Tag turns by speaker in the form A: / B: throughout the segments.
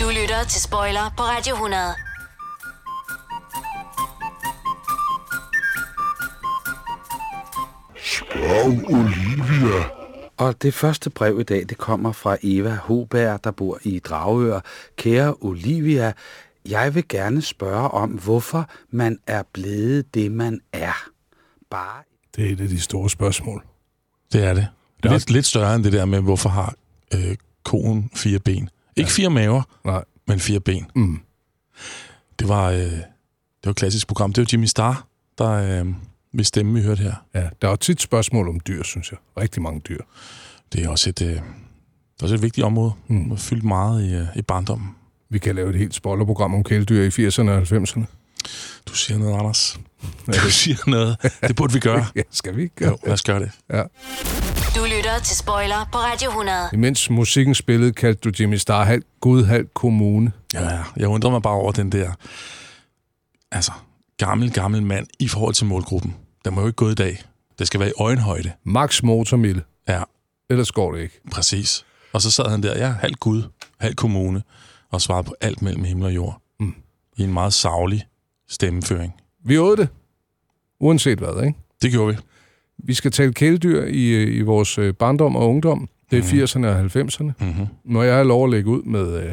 A: Du lytter til Spoiler på Radio 100.
B: Skov Olivia.
C: Og det første brev i dag, det kommer fra Eva Hoberg, der bor i Dragør. Kære Olivia, jeg vil gerne spørge om, hvorfor man er blevet det, man er. Bare...
D: Det er et af de store spørgsmål.
E: Det er det.
D: er
E: Lidt,
D: også-
E: lidt større end det der med, hvorfor har øh, konen fire ben? Ikke fire maver,
D: Nej.
E: men fire ben.
D: Mm.
E: Det var, øh, det var et klassisk program. Det var Jimmy Star, der øh, med stemme, vi hørte her.
D: Ja, der er jo tit spørgsmål om dyr, synes jeg. Rigtig mange dyr.
E: Det er også et, øh, det er også et vigtigt område.
D: Mm.
E: Mm. Fyldt meget i, øh, i barndommen.
D: Vi kan lave et helt spoilerprogram om kæledyr i 80'erne og 90'erne.
E: Du siger noget, Anders. Du siger noget. Det burde vi gøre.
D: Ja, skal vi ikke
E: Jo,
D: gøre
E: lad os gøre det.
A: Du lytter til Spoiler på Radio 100.
D: Imens musikken spillede, kaldte du Jimmy Star halv Gud, halv kommune.
E: Ja, ja. jeg undrer mig bare over den der, altså, gammel, gammel mand i forhold til målgruppen. Den må jo ikke gå i dag. Det skal være i øjenhøjde.
D: Max Motormille.
E: Ja,
D: Ellers går det ikke.
E: præcis. Og så sad han der, ja, halv Gud, halv kommune, og svarede på alt mellem himmel og jord.
D: Mm.
E: I en meget savlig stemmeføring.
D: Vi åd det. Uanset hvad, ikke?
E: Det gjorde vi.
D: Vi skal tale kæledyr i, øh, i vores øh, barndom og ungdom. Det er
E: Mhm.
D: 80'erne og 90'erne.
E: Mm-hmm.
D: Må jeg have lov at lægge ud med øh,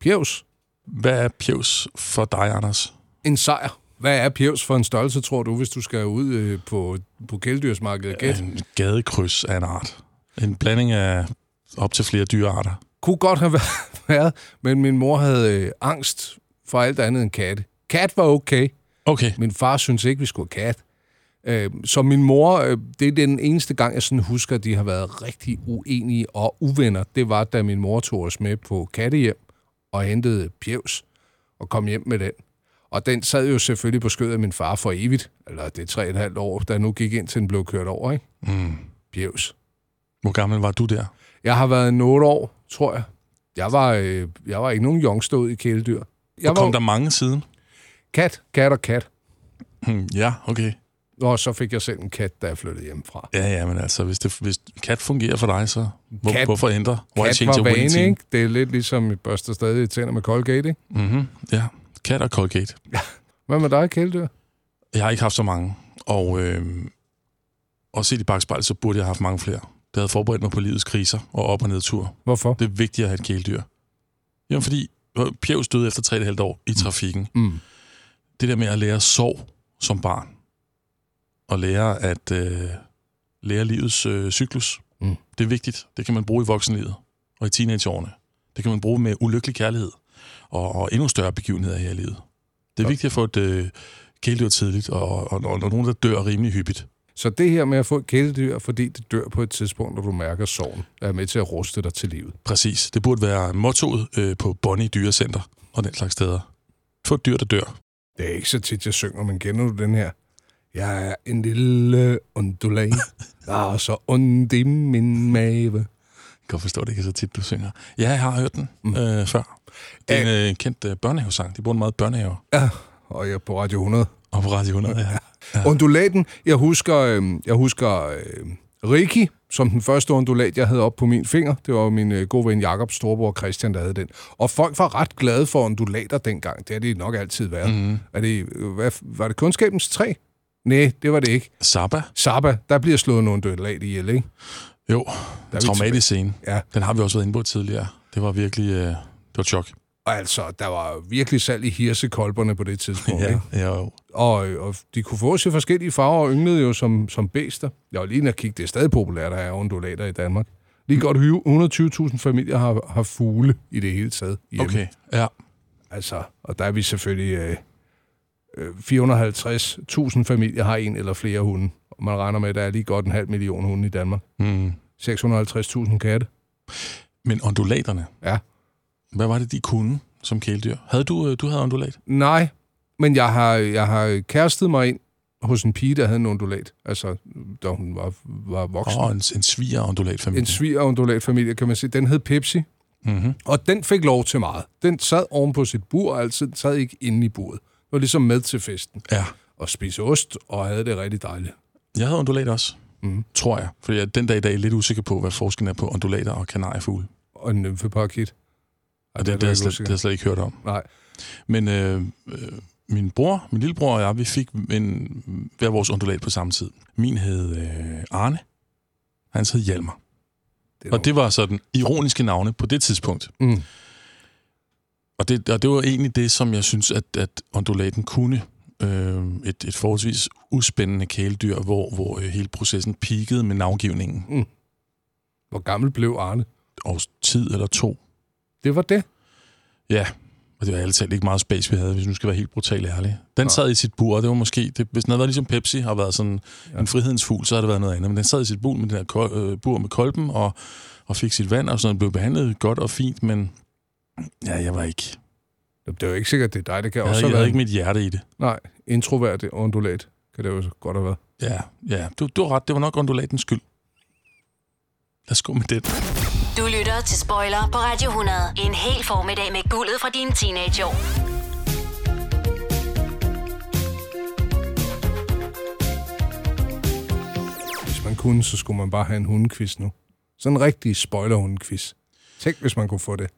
D: Pjevs?
E: Hvad er pjevs for dig, Anders?
D: En sejr. Hvad er Pjevs for en størrelse, tror du, hvis du skal ud øh, på, på kæledyrsmarkedet? Gæt.
E: En gadekryds af en art. En blanding af op til flere dyrearter.
D: kunne godt have været- været, men min mor havde øh, angst for alt andet end katte. Kat var okay.
E: Okay,
D: Min far syntes ikke, vi skulle have kat. Øh, så min mor, øh, det er den eneste gang, jeg sådan husker, at de har været rigtig uenige og uvenner. Det var, da min mor tog os med på kattehjem og hentede Pjevs og kom hjem med den. Og den sad jo selvfølgelig på skødet af min far for evigt, eller det er tre og et halvt år, der nu gik ind til den blev kørt over, ikke?
E: mm.
D: Pjevs.
E: hvor gammel var du der?
D: Jeg har været en 8 år, tror jeg. Jeg var, øh, jeg var ikke nogen jongstod i kæledyr.
E: Der
D: Jeg var
E: kom der mange siden.
D: kat, kat og kat.
E: Hmm, Ja, okay.
D: Og så fik jeg selv en kat, da jeg flyttede hjemmefra.
E: Ja, ja, men altså, hvis, det, hvis kat fungerer for dig, så hvor,
D: Kat-
E: hvorfor ændre?
D: Kat var vane, ikke? Det er lidt ligesom, I børster stadig tænder med Colgate, ikke?
E: Mm-hmm. Ja, kat og Colgate.
D: Hvad med dig, kæledyr?
E: Jeg har ikke haft så mange, og, øh, og set i bagspejlet, så burde jeg have haft mange flere. Det havde forberedt mig på livets kriser og op- og nedtur.
D: Hvorfor?
E: Det er vigtigt at have et kæledyr. Jamen, fordi øh, Pjevs døde efter 3,5 år i trafikken.
D: Mm.
E: det der med at lære sorg som barn, og lære at øh, lære livets øh, cyklus,
D: Mm.
E: mm. det er vigtigt. Det kan man bruge i voksenlivet og i teenageårene. Det kan man bruge med ulykkelig kærlighed og, og endnu større begivenheder her i livet. Det
D: Ja.
E: er vigtigt at få et øh, kæledyr tidligt, og, og, og, og nogen, der dør rimelig hyppigt.
D: Så det her med at få et kæledyr, fordi det dør på et tidspunkt, når du mærker sorgen, er med til at ruste dig til livet.
E: Præcis. Det burde være mottoet øh, på Bonnie Dyrecenter og den slags steder. Få et dyr, der dør.
D: Det er ikke så tit, jeg synger, men kender du den her? Jeg er en lille undulat, der er så ondt i min mave.
E: Jeg kan godt forstå, at det ikke er så tit, du synger. Ja, jeg har hørt den
D: Mm.
E: mm. øh, før. Det er en øh, kendt øh, børnehavesang. De bruger den meget i børnehaver.
D: Ja, og jeg er på Radio 100.
E: Og på Radio 100, ja.
D: Undulaten, jeg husker, øh, jeg husker øh, Riki, som den første undulat, jeg havde op på min finger. Det var min øh, gode ven Jakob Storbror Christian, der havde den. Og folk var ret glade for undulater dengang. Det har det nok altid været.
E: Mhm.
D: Mm. Er det, øh, hvad, var det kunskabens træ? Nej, det var det ikke.
E: Zappa?
D: Zappa, der bliver slået en undulat ihjel, ikke?
E: Jo,
D: Der er vi tilbage.
E: traumatisk scene.
D: Ja.
E: Den har vi også været inde på tidligere. Det var virkelig... Øh, det var et chok.
D: Og altså, der var virkelig salg i hirsekolberne på det tidspunkt, ikke?
E: ja. jo.
D: Og, øh, og de kunne fås i forskellige farver og ynglede jo som, som bæster. Jeg var lige inde og kigge, det er stadig populært at have undulater i Danmark. Lige godt 120.000 familier har, har fugle i det hele taget hjemme.
E: Okay, ja.
D: Altså, og der er vi selvfølgelig... Øh, øh, 450.000 familier har en eller flere hunde. Og man regner med, at der er lige godt en halv million hunde i Danmark.
E: Mm.
D: 650.000 katte.
E: Men ondulaterne,
D: Ja.
E: hvad var det, de kunne som kæledyr? Havde du, øh, du havde ondulat?
D: Nej, men jeg har, jeg har kærestet mig ind hos en pige, der havde en undulat. Altså, da hun var, var voksen.
E: Og en, en sviger ondulatfamilie.
D: en svigerundulatfamilie, kan man sige. Den hed Pepsi,
E: mm-hmm.
D: og den fik lov til meget. Den sad oven på sit bur, altså den sad ikke inde i buret. Den var ligesom med til festen
E: Ja,
D: og spise ost, og havde det rigtig dejligt.
E: jeg havde ondulat også.
D: Mhm.
E: Mm. Tror jeg. Fordi jeg er den dag i dag er lidt usikker på, hvad forskellen er på ondulater og kanariefugle.
D: Og en nymfeparakit.
E: Og det,
D: kan
E: det, har
D: jeg
E: jeg
D: ikke
E: slet,
D: huske.
E: det har jeg slet ikke hørt om.
D: Nej.
E: Men øh, øh, min bror, min lillebror og jeg, vi fik en, hver vores undulat på samme tid. Min hed øh, Arne, hans hed Hjalmar.
D: Det
E: Og det var sådan ironiske navne på det tidspunkt.
D: Mm.
E: Og det, og det var egentlig det, som jeg synes, at, at undulaten kunne. Øh, et, et forholdsvis uspændende kæledyr, hvor, hvor øh, hele processen peakede med navngivningen.
D: Hvor gammel blev Arne?
E: Og tid eller to.
D: Det var det.
E: Ja, og det var ærligt talt ikke meget space, vi havde, hvis nu skal være helt brutalt ærlig. Den sad i sit bur, og det var måske... Det, hvis den havde været ligesom Pepsi, har været sådan ja. en frihedens fugl, så havde det været noget andet. Men den sad i sit bur med, den her kol, øh, bur med kolben, og, og fik sit vand, og sådan noget. blev behandlet godt og fint, men... Ja, jeg var ikke...
D: Jamen, Det er jo ikke sikkert, det er dig. Det kan
E: Jeg
D: også
E: havde,
D: have
E: jeg havde
D: været
E: ikke mit hjerte i det.
D: Nej, introvert ondulat kan det jo så godt have været.
E: Ja, ja. Du, du har ret. Det var nok undulatens skyld. Lad os gå med det.
A: Du lytter til Spoiler på Radio 100. En hel formiddag med guldet fra dine teenageår.
D: Hvis man kunne, så skulle man bare have en hundequiz nu. Sådan en rigtig spoiler-hundequiz. Tænk, hvis man kunne få det.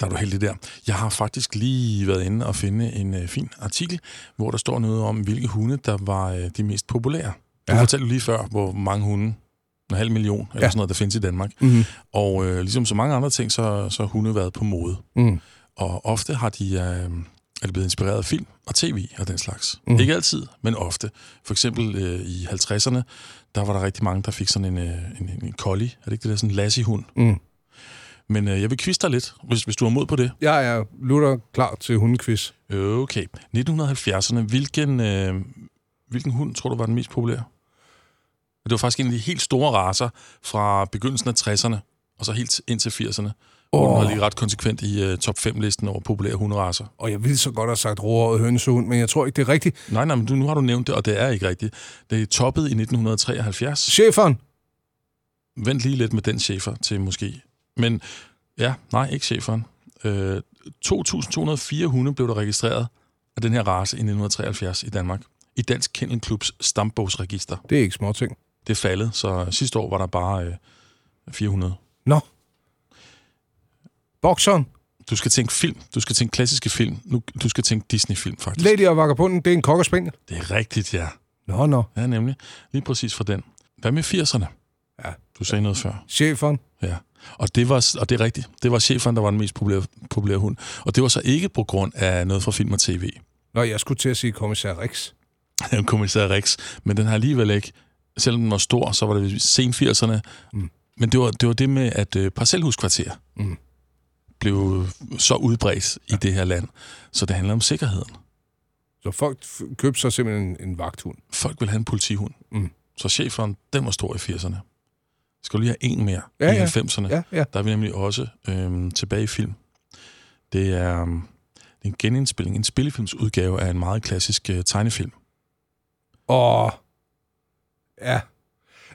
E: Der er du heldig der. Jeg har faktisk lige været inde og finde en øh, fin artikel, hvor der står noget om, hvilke hunde, der var øh, de mest populære. Du
D: Ja.
E: ja. fortalte jo lige før, hvor mange hunde, en halv million eller
D: Ja.
E: ja. sådan noget, der findes i Danmark.
D: Mhm.
E: Og øh, ligesom så mange andre ting, så så har hunde været på mode.
D: Mm.
E: Og ofte har de, øh, er de blevet inspireret af film og tv og den slags.
D: Mhm.
E: Mm. Ikke altid, men ofte. For eksempel øh, i 50'erne, der var der rigtig mange, der fik sådan en, øh, en, en, en collie. Er det ikke det der sådan en lassie-hund?
D: Mm.
E: Men øh, jeg vil kviste dig lidt, hvis, hvis du har mod på det.
D: Jeg er lutter klar til hundequiz.
E: Okay. 1970'erne, hvilken, øh, hvilken hund tror du var den mest populære? Det var faktisk en af de helt store raser fra begyndelsen af 60'erne, og så helt ind til 80'erne. Oh. Den
D: Åh.
E: var lige ret konsekvent i øh, top 5-listen over populære hunderaser.
D: Og jeg ville så godt have sagt roer hønsehund, men jeg tror ikke, det er rigtigt.
E: Nej, nej, men du, nu har du nævnt det, og det er ikke rigtigt. Det toppede i 1973.
D: Cheferen!
E: Vent lige lidt med den chefer til måske. Men ja, nej, ikke cheferen. Øh, 2.204 hunde blev der registreret af den her race i 1973 i Danmark. I Dansk Kennel Klubs stambogsregister.
D: Det er ikke småting.
E: Det er faldet, så sidste år var der bare øh, 400.
D: Nå. Bokseren.
E: Du skal tænke film. Du skal tænke klassiske film. Nu, du skal tænke Disney-film, faktisk.
D: Lady og Vagabunden, det er en kokkerspaniel.
E: Det er rigtigt, ja.
D: Nå, nå.
E: Ja, nemlig. Lige præcis fra den. Hvad med 80'erne?
D: Ja.
E: Du sagde noget før.
D: Cheferen.
E: Ja, og det, var, og det er rigtigt. Det var cheferen, der var den mest populære, populære hund. Og det var så ikke på grund af noget fra film og tv.
D: Nå, jeg skulle til at sige kommissær Rex.
E: Kommissær Rex. Men den har alligevel ikke, selvom den var stor, så var det sen 80'erne. Mm. Men det var, det var det med, at øh, parcelhuskvarter mm. blev så udbredt ja. i det her land. Så det handler om sikkerheden.
D: Så folk f- købte sig simpelthen en, en vagthund.
E: Folk ville have en politihund.
D: Mm.
E: Så cheferen, den var stor i 80'erne. Skal du lige have en mere
D: Ja,
E: i
D: ja.
E: 90'erne?
D: Ja, ja.
E: Der er vi nemlig også øhm, tilbage i film. Det er, øhm, det er en genindspilning, en spillefilmsudgave af en meget klassisk øh, tegnefilm.
D: Og... Ja.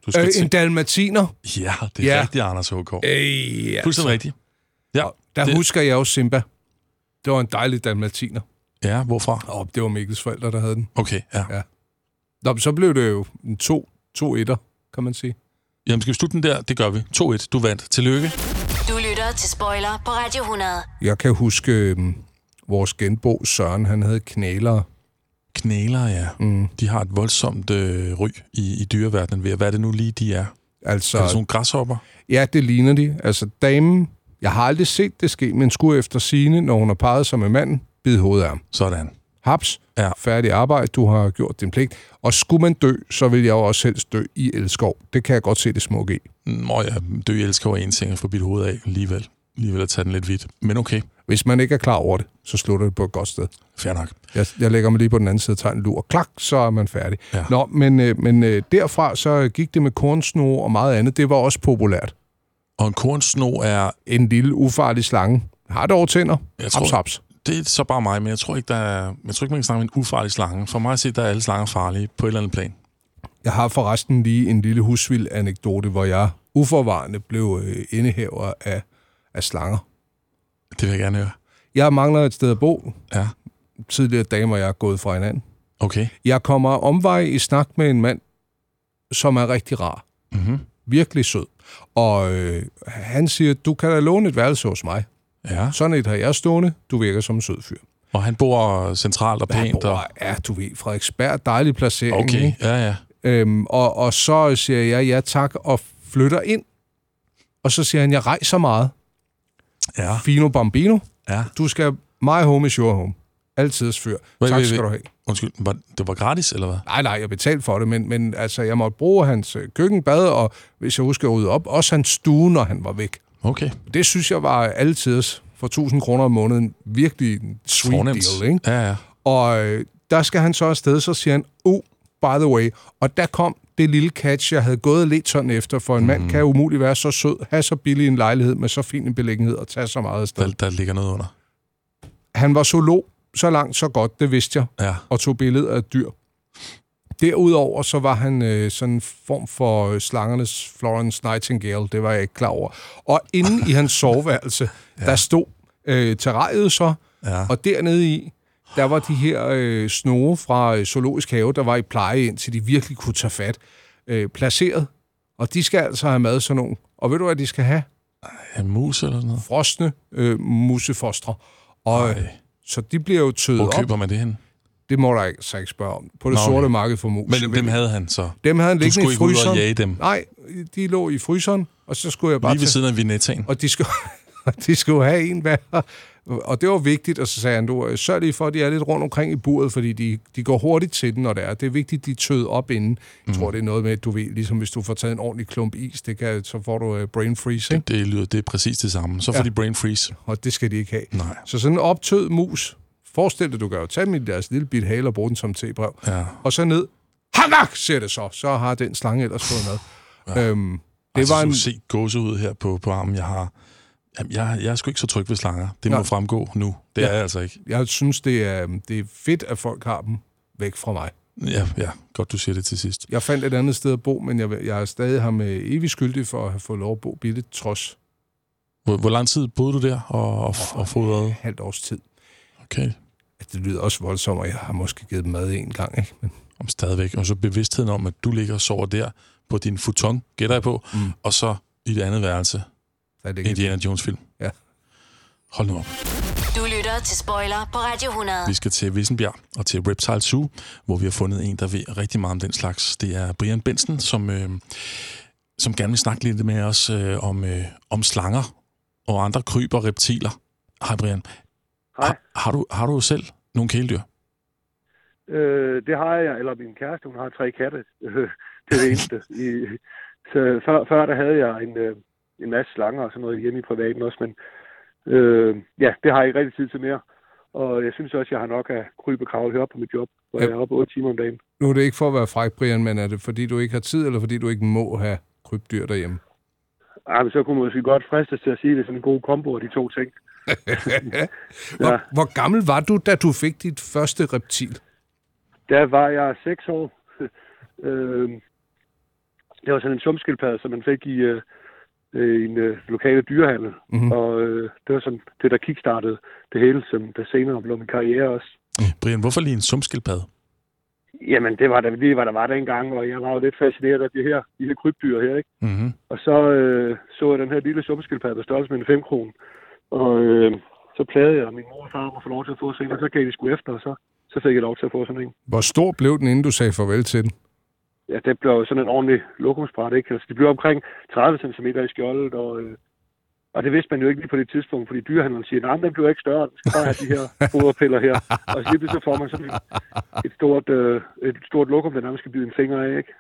E: Du
D: Øh, en
E: tænke-
D: dalmatiner.
E: Ja, det er
D: Ja.
E: ja. rigtigt, Anders H.K.
D: Øh, ja.
E: Fuldstændig rigtigt. Ja,
D: Der det...
E: det-
D: husker jeg jo Simba. Det var en dejlig dalmatiner.
E: ja, hvorfra?
D: Og det var Mikkels forældre, der havde den.
E: Okay, ja.
D: Ja. Nå, men så blev det jo en to, to etter, kan man sige.
E: Jamen, skal vi slutte den der? Det gør vi. 2-1, du vandt. Tillykke.
A: Du lytter til Spoiler på Radio 100.
D: Jeg kan huske øhm, vores genbo Søren, han havde knælere.
E: Knæler, ja. Mm. De har et voldsomt øh, ry i, i dyreverdenen ved at, hvad er det nu lige, de er?
D: Altså,
E: Så... Er det sådan nogle græshopper?
D: ja, det ligner de. Altså, damen, jeg har aldrig set det ske, men skulle efter sine, når hun har peget sig med manden, bide hovedet af ham.
E: Sådan.
D: Haps,
E: Ja.
D: færdig arbejde, du har gjort din pligt. Og skulle man dø, så vil jeg jo også helst dø i Elskov. Det kan jeg godt se det smukke i.
E: Nå ja, dø elsker jo en ting at få mit hoved af alligevel. Alligevel at tage den lidt vidt. Men okay,
D: Hvis man ikke er klar over det, så slutter det på et godt sted.
E: fair nok.
D: Jeg, jeg lægger mig lige på den anden side og tager en lur. Klak, så er man færdig. Ja.
E: Ja.
D: Nå, men, øh, men øh, derfra så gik det med kornsno og meget andet. Det var også populært.
E: Og en kornsno er,
D: En lille ufarlig slange. Har dog tænder.
E: Jeg tror-
D: Haps, haps.
E: det er så bare mig, men jeg tror ikke, der er, jeg tror ikke man kan snakke om en ufarlig slange. For mig at se, der er alle slanger farlige på et eller andet plan.
D: Jeg har forresten lige en lille husvild anekdote, hvor jeg uforvarende blev øh, indehaver af, af slanger.
E: Det vil jeg gerne høre.
D: Jeg mangler et sted at bo.
E: Ja,
D: Tidligere damer, jeg er gået fra hinanden.
E: okay.
D: Jeg kommer omvej i snak med en mand, som er rigtig rar.
E: Mm-hmm.
D: Virkelig sød. Og øh, han siger, du kan da låne et værelse hos mig.
E: Ja.
D: Sådan et har jeg stående. Du virker som en sød fyr.
E: Og han bor centralt og
D: Hvad han
E: pænt.
D: bor,
E: Og...
D: ja, du ved, Frederiksberg, dejlig placering.
E: Okay,
D: ikke?
E: ja, ja.
D: Øhm, og, og så siger jeg ja tak og flytter ind. Og så siger han, jeg rejser meget.
E: Ja,
D: Fino Bambino,
E: ja.
D: du skal... My home is your home. Altids fyr.
E: Hvad-
D: tak
E: hvad-
D: skal
E: hvad-
D: du have.
E: Undskyld, var, det var gratis, eller hvad?
D: Nej, nej, jeg betalte for det, men, men altså, jeg måtte bruge hans øh, køkkenbad, og hvis jeg husker ud op, også hans stue, når han var væk.
E: Okay,
D: Det synes jeg var altid for 1000 kroner om måneden virkelig en sweet
E: fornemt.
D: deal, ikke?
E: Ja, ja.
D: Og øh, der skal han så afsted, så siger han, oh, by the way. Og der kom det lille catch, jeg havde gået lidt sådan efter, for en mm. mand kan umuligt være så sød, have så billig en lejlighed med så fin en beliggenhed og tage så meget afsted.
E: Der, der ligger noget under.
D: Han var zoolog, så langt, så godt, det vidste jeg
E: Ja,
D: og tog billeder af dyr. Derudover så var han øh, sådan en form for øh, slangernes Florence Nightingale, det var jeg ikke klar over. Og inde i hans soveværelse, ja. der stod øh, terrariet så,
E: ja.
D: og dernede i, der var de her øh, snore fra øh, Zoologisk Have, der var i pleje, indtil de virkelig kunne tage fat, øh, placeret. Og de skal altså have mad, sådan nogle. Og ved du, hvad de skal have?
E: En mus eller sådan noget.
D: Frosne øh, musefostre. Og, øh,
E: Ej.
D: så de bliver jo tøet
E: Hvor
D: op.
E: køber man det hen?
D: Det må der ikke, så ikke spørge om. På det
E: Nå,
D: Nå, sorte
E: okay.
D: marked for mus.
E: Men dem havde han så.
D: dem havde han
E: Du
D: liggende i
E: skulle ikke ud og
D: fryseren.
E: jage dem.
D: Nej, de lå i fryseren, og så skulle jeg bare
E: Lige ved
D: tage...
E: siden af Vinettaen.
D: Og de skulle, og de skulle have en hver. Og det var vigtigt, og så sagde han, du, øh, sørg lige for, at de er lidt rundt omkring i buret, fordi de, de går hurtigt til den, når det er. Det er vigtigt, de tød op inden. Jeg
E: Mm.
D: tror, det er noget med, at du ved, ligesom hvis du får taget en ordentlig klump is, det kan, så får du øh, brain freeze, ikke?
E: Det, det, lyder, det er præcis det samme. Så får
D: Ja.
E: ja. de brain freeze.
D: og det skal de ikke have.
E: Nej.
D: Så sådan en optød mus, forestil dig, du kan jo tage dem i deres lille bit hale og bruge den som tebrev.
E: Ja.
D: og så ned. Hangak, siger det så. Så har den slange ellers fået mad. Ja. Øhm, det
E: Det altså,
D: var en...
E: se gåsehud her på, på armen, jeg har. Jamen, jeg, jeg er sgu ikke så tryg ved slanger. Det må
D: Nej.
E: fremgå nu. Det
D: Ja.
E: ja. er jeg altså ikke.
D: Jeg synes, det er, det er fedt, at folk har dem væk fra mig.
E: Ja, ja, godt du siger det til sidst.
D: Jeg fandt et andet sted at bo, men jeg, vil- jeg er stadig ham øh, evig skyldig for at have fået lov at bo billigt, trods
E: Hvor, hvor lang tid boede du der og, og, og fodrede?
D: et halvt års tid.
E: Okay,
D: Det lyder også voldsomt, og jeg har måske givet dem mad en gang. Ikke? Men
E: om stadigvæk. Og så bevidstheden om, at du ligger og sover der på din futon, gætter jeg på,
D: Mm.
E: mm. og så i det andet værelse,
D: der er det ikke.
E: Indiana Jones-film.
D: Ja.
E: Hold nu op.
A: Du lytter til Spoiler på Radio 100.
E: Vi skal til Vissenbjerg og til Reptile Zoo, hvor vi har fundet en, der ved rigtig meget om den slags. Det er Brian Benson, som, øh, som gerne vil snakke lidt med os øh, om, øh, om slanger og andre kryb og reptiler. Hej Brian.
F: Hej.
E: Har, har, du, har du selv nogle kæledyr?
F: Øh, det har jeg, eller min kæreste, hun har tre katte. Øh, det er det eneste. I, så før, før der havde jeg en, øh, en masse slanger og sådan noget hjemme i privaten også, men øh, ja, det har jeg ikke rigtig tid til mere. Og jeg synes også, jeg har nok at krybe og kravle heroppe på mit job, hvor
D: Ja.
F: jeg er oppe 8 timer om dagen.
D: Nu er det ikke for at være fræk, Brian, men er det fordi, du ikke har tid, eller fordi du ikke må have krybdyr derhjemme?
F: Ej, men så kunne man måske godt fristes til at sige, at det er sådan en god kombo af de to ting.
D: Hvor, hvor gammel var du, da du fik dit første reptil?
F: Der var jeg 6 år. øh, det var sådan en sumskildpadde, som man fik i øh, øh, en øh, lokale dyrehandel. Mm-hmm. Og øh, det var sådan det, der kickstartede det hele, som der senere blev min karriere også.
E: Brian, hvorfor lige en sumskildpadde?
F: Jamen, det var der, lige, hvad der var dengang, og jeg var jo lidt fascineret af de her, de her krybdyr her, ikke?
E: Mm-hmm.
F: Og så øh, så jeg den her lille sumskildpadde på størrelse med en 5 kron. Og øh, så plagede jeg min mor og far om at få lov til at få sådan en, og så gav de sgu efter, og så, så fik jeg lov til at få sådan en.
D: Hvor stor blev den, inden du sagde farvel til den?
F: ja, det blev jo sådan en ordentlig lokumsbræt, ikke? Altså, de blev omkring 30 cm i skjoldet, og, øh, og det vidste man jo ikke lige på det tidspunkt, fordi dyrehandleren siger, nej, men den bliver ikke større, den skal bare have de her foderpiller her. Og så lige pludselig får man sådan et, et stort, øh, et stort lokum, der nærmest skal bide en finger af, ikke?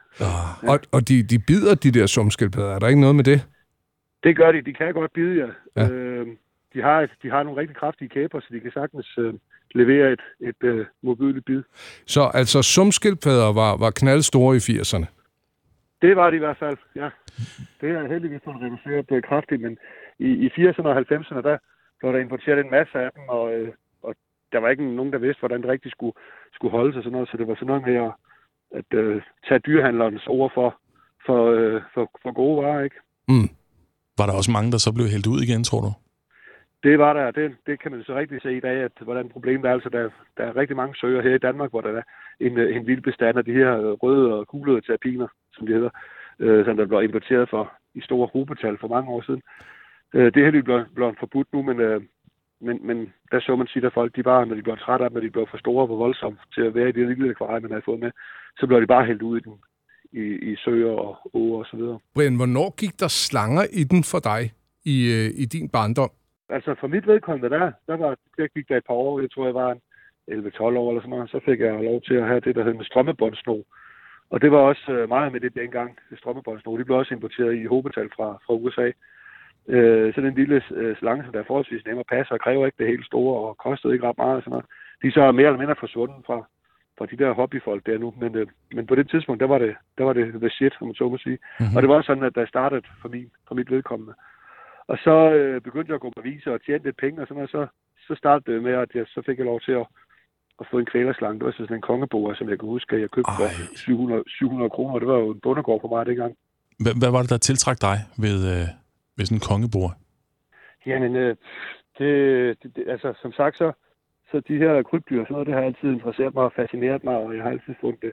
D: Og, og de, de bider de der sumskildpadder. Er der ikke noget med det?
F: Det gør de, de kan godt bide jer.
D: Ja.
F: Ja. Øh, de, har, de har nogle rigtig kraftige kæber, så de kan sagtens øh, levere et, et øh, modbydeligt bid.
D: Så altså, sumskildpadder var, var knaldstore i 80'erne.
F: Det var det i hvert fald, ja. Det er heldigvis blevet reduceret øh, kraftigt, men i, i 80'erne og 90'erne, der blev der importeret en masse af dem, og, øh, og der var ikke nogen, der vidste, hvordan det rigtigt skulle, skulle holdes og sådan noget, så det var sådan noget med at, at øh, tage dyrehandlerens ord for, for, øh, for, for gode varer, ikke?
E: Var der også mange, der så blev hældt ud igen, tror du?
F: Det var der, og det, det kan man så rigtig se i dag, at hvordan problemet er. Altså, der, der er rigtig mange søger her i Danmark, hvor der er en, øh, en vild bestand af de her øh, røde og gule terapiner, som de hedder, øh, som der blev importeret for i store gruppetal for mange år siden. Øh, det er heldigvis blevet, blevet forbudt nu, men, øh, men, men der så man sige, at folk, de bare, når de blev trætte af dem, når de blev for store og for voldsomme til at være i det lille akvarie, man havde fået med, så blev de bare hældt ud i den, i, i søer og åer og så videre.
D: Brian, hvornår gik der slanger i den for dig i, øh, i din barndom?
F: Altså for mit vedkommende der, der, var, der gik der et par år, jeg tror jeg var en 11-12 år eller sådan noget, så fik jeg lov til at have det, der hed en strømmebåndsno. Og det var også øh, meget med det dengang, strømmebåndsno. Det blev også importeret i hobetal fra, fra USA. Øh, så den lille øh, slange, som der er forholdsvis nem at passe, og kræver ikke det helt store, og kostede ikke ret meget. Og sådan noget. De er så mere eller mindre forsvundet fra, fra de der hobbyfolk der nu. Men, øh, men på det tidspunkt, der var det, der var det the shit, om man så må sige. Mm-hmm. Og det var sådan, at der startede for, min, for mit vedkommende. Og så øh, begyndte jeg at gå på viser og tjene lidt penge og sådan noget, så, så startede det med, at jeg, så fik jeg lov til at, at få en kvælerslange. Det var så sådan en kongeboer, som jeg kan huske, at jeg købte for
E: Ej.
F: 700, 700 kroner. Det var jo en bundegård for mig dengang.
E: Hvad, hvad var det, der tiltrak dig ved, øh, ved sådan en kongebord?
F: Jamen, øh, det, det, det, altså som sagt, så, så de her krybdyr og sådan noget, det har altid interesseret mig og fascineret mig, og jeg har altid fundet det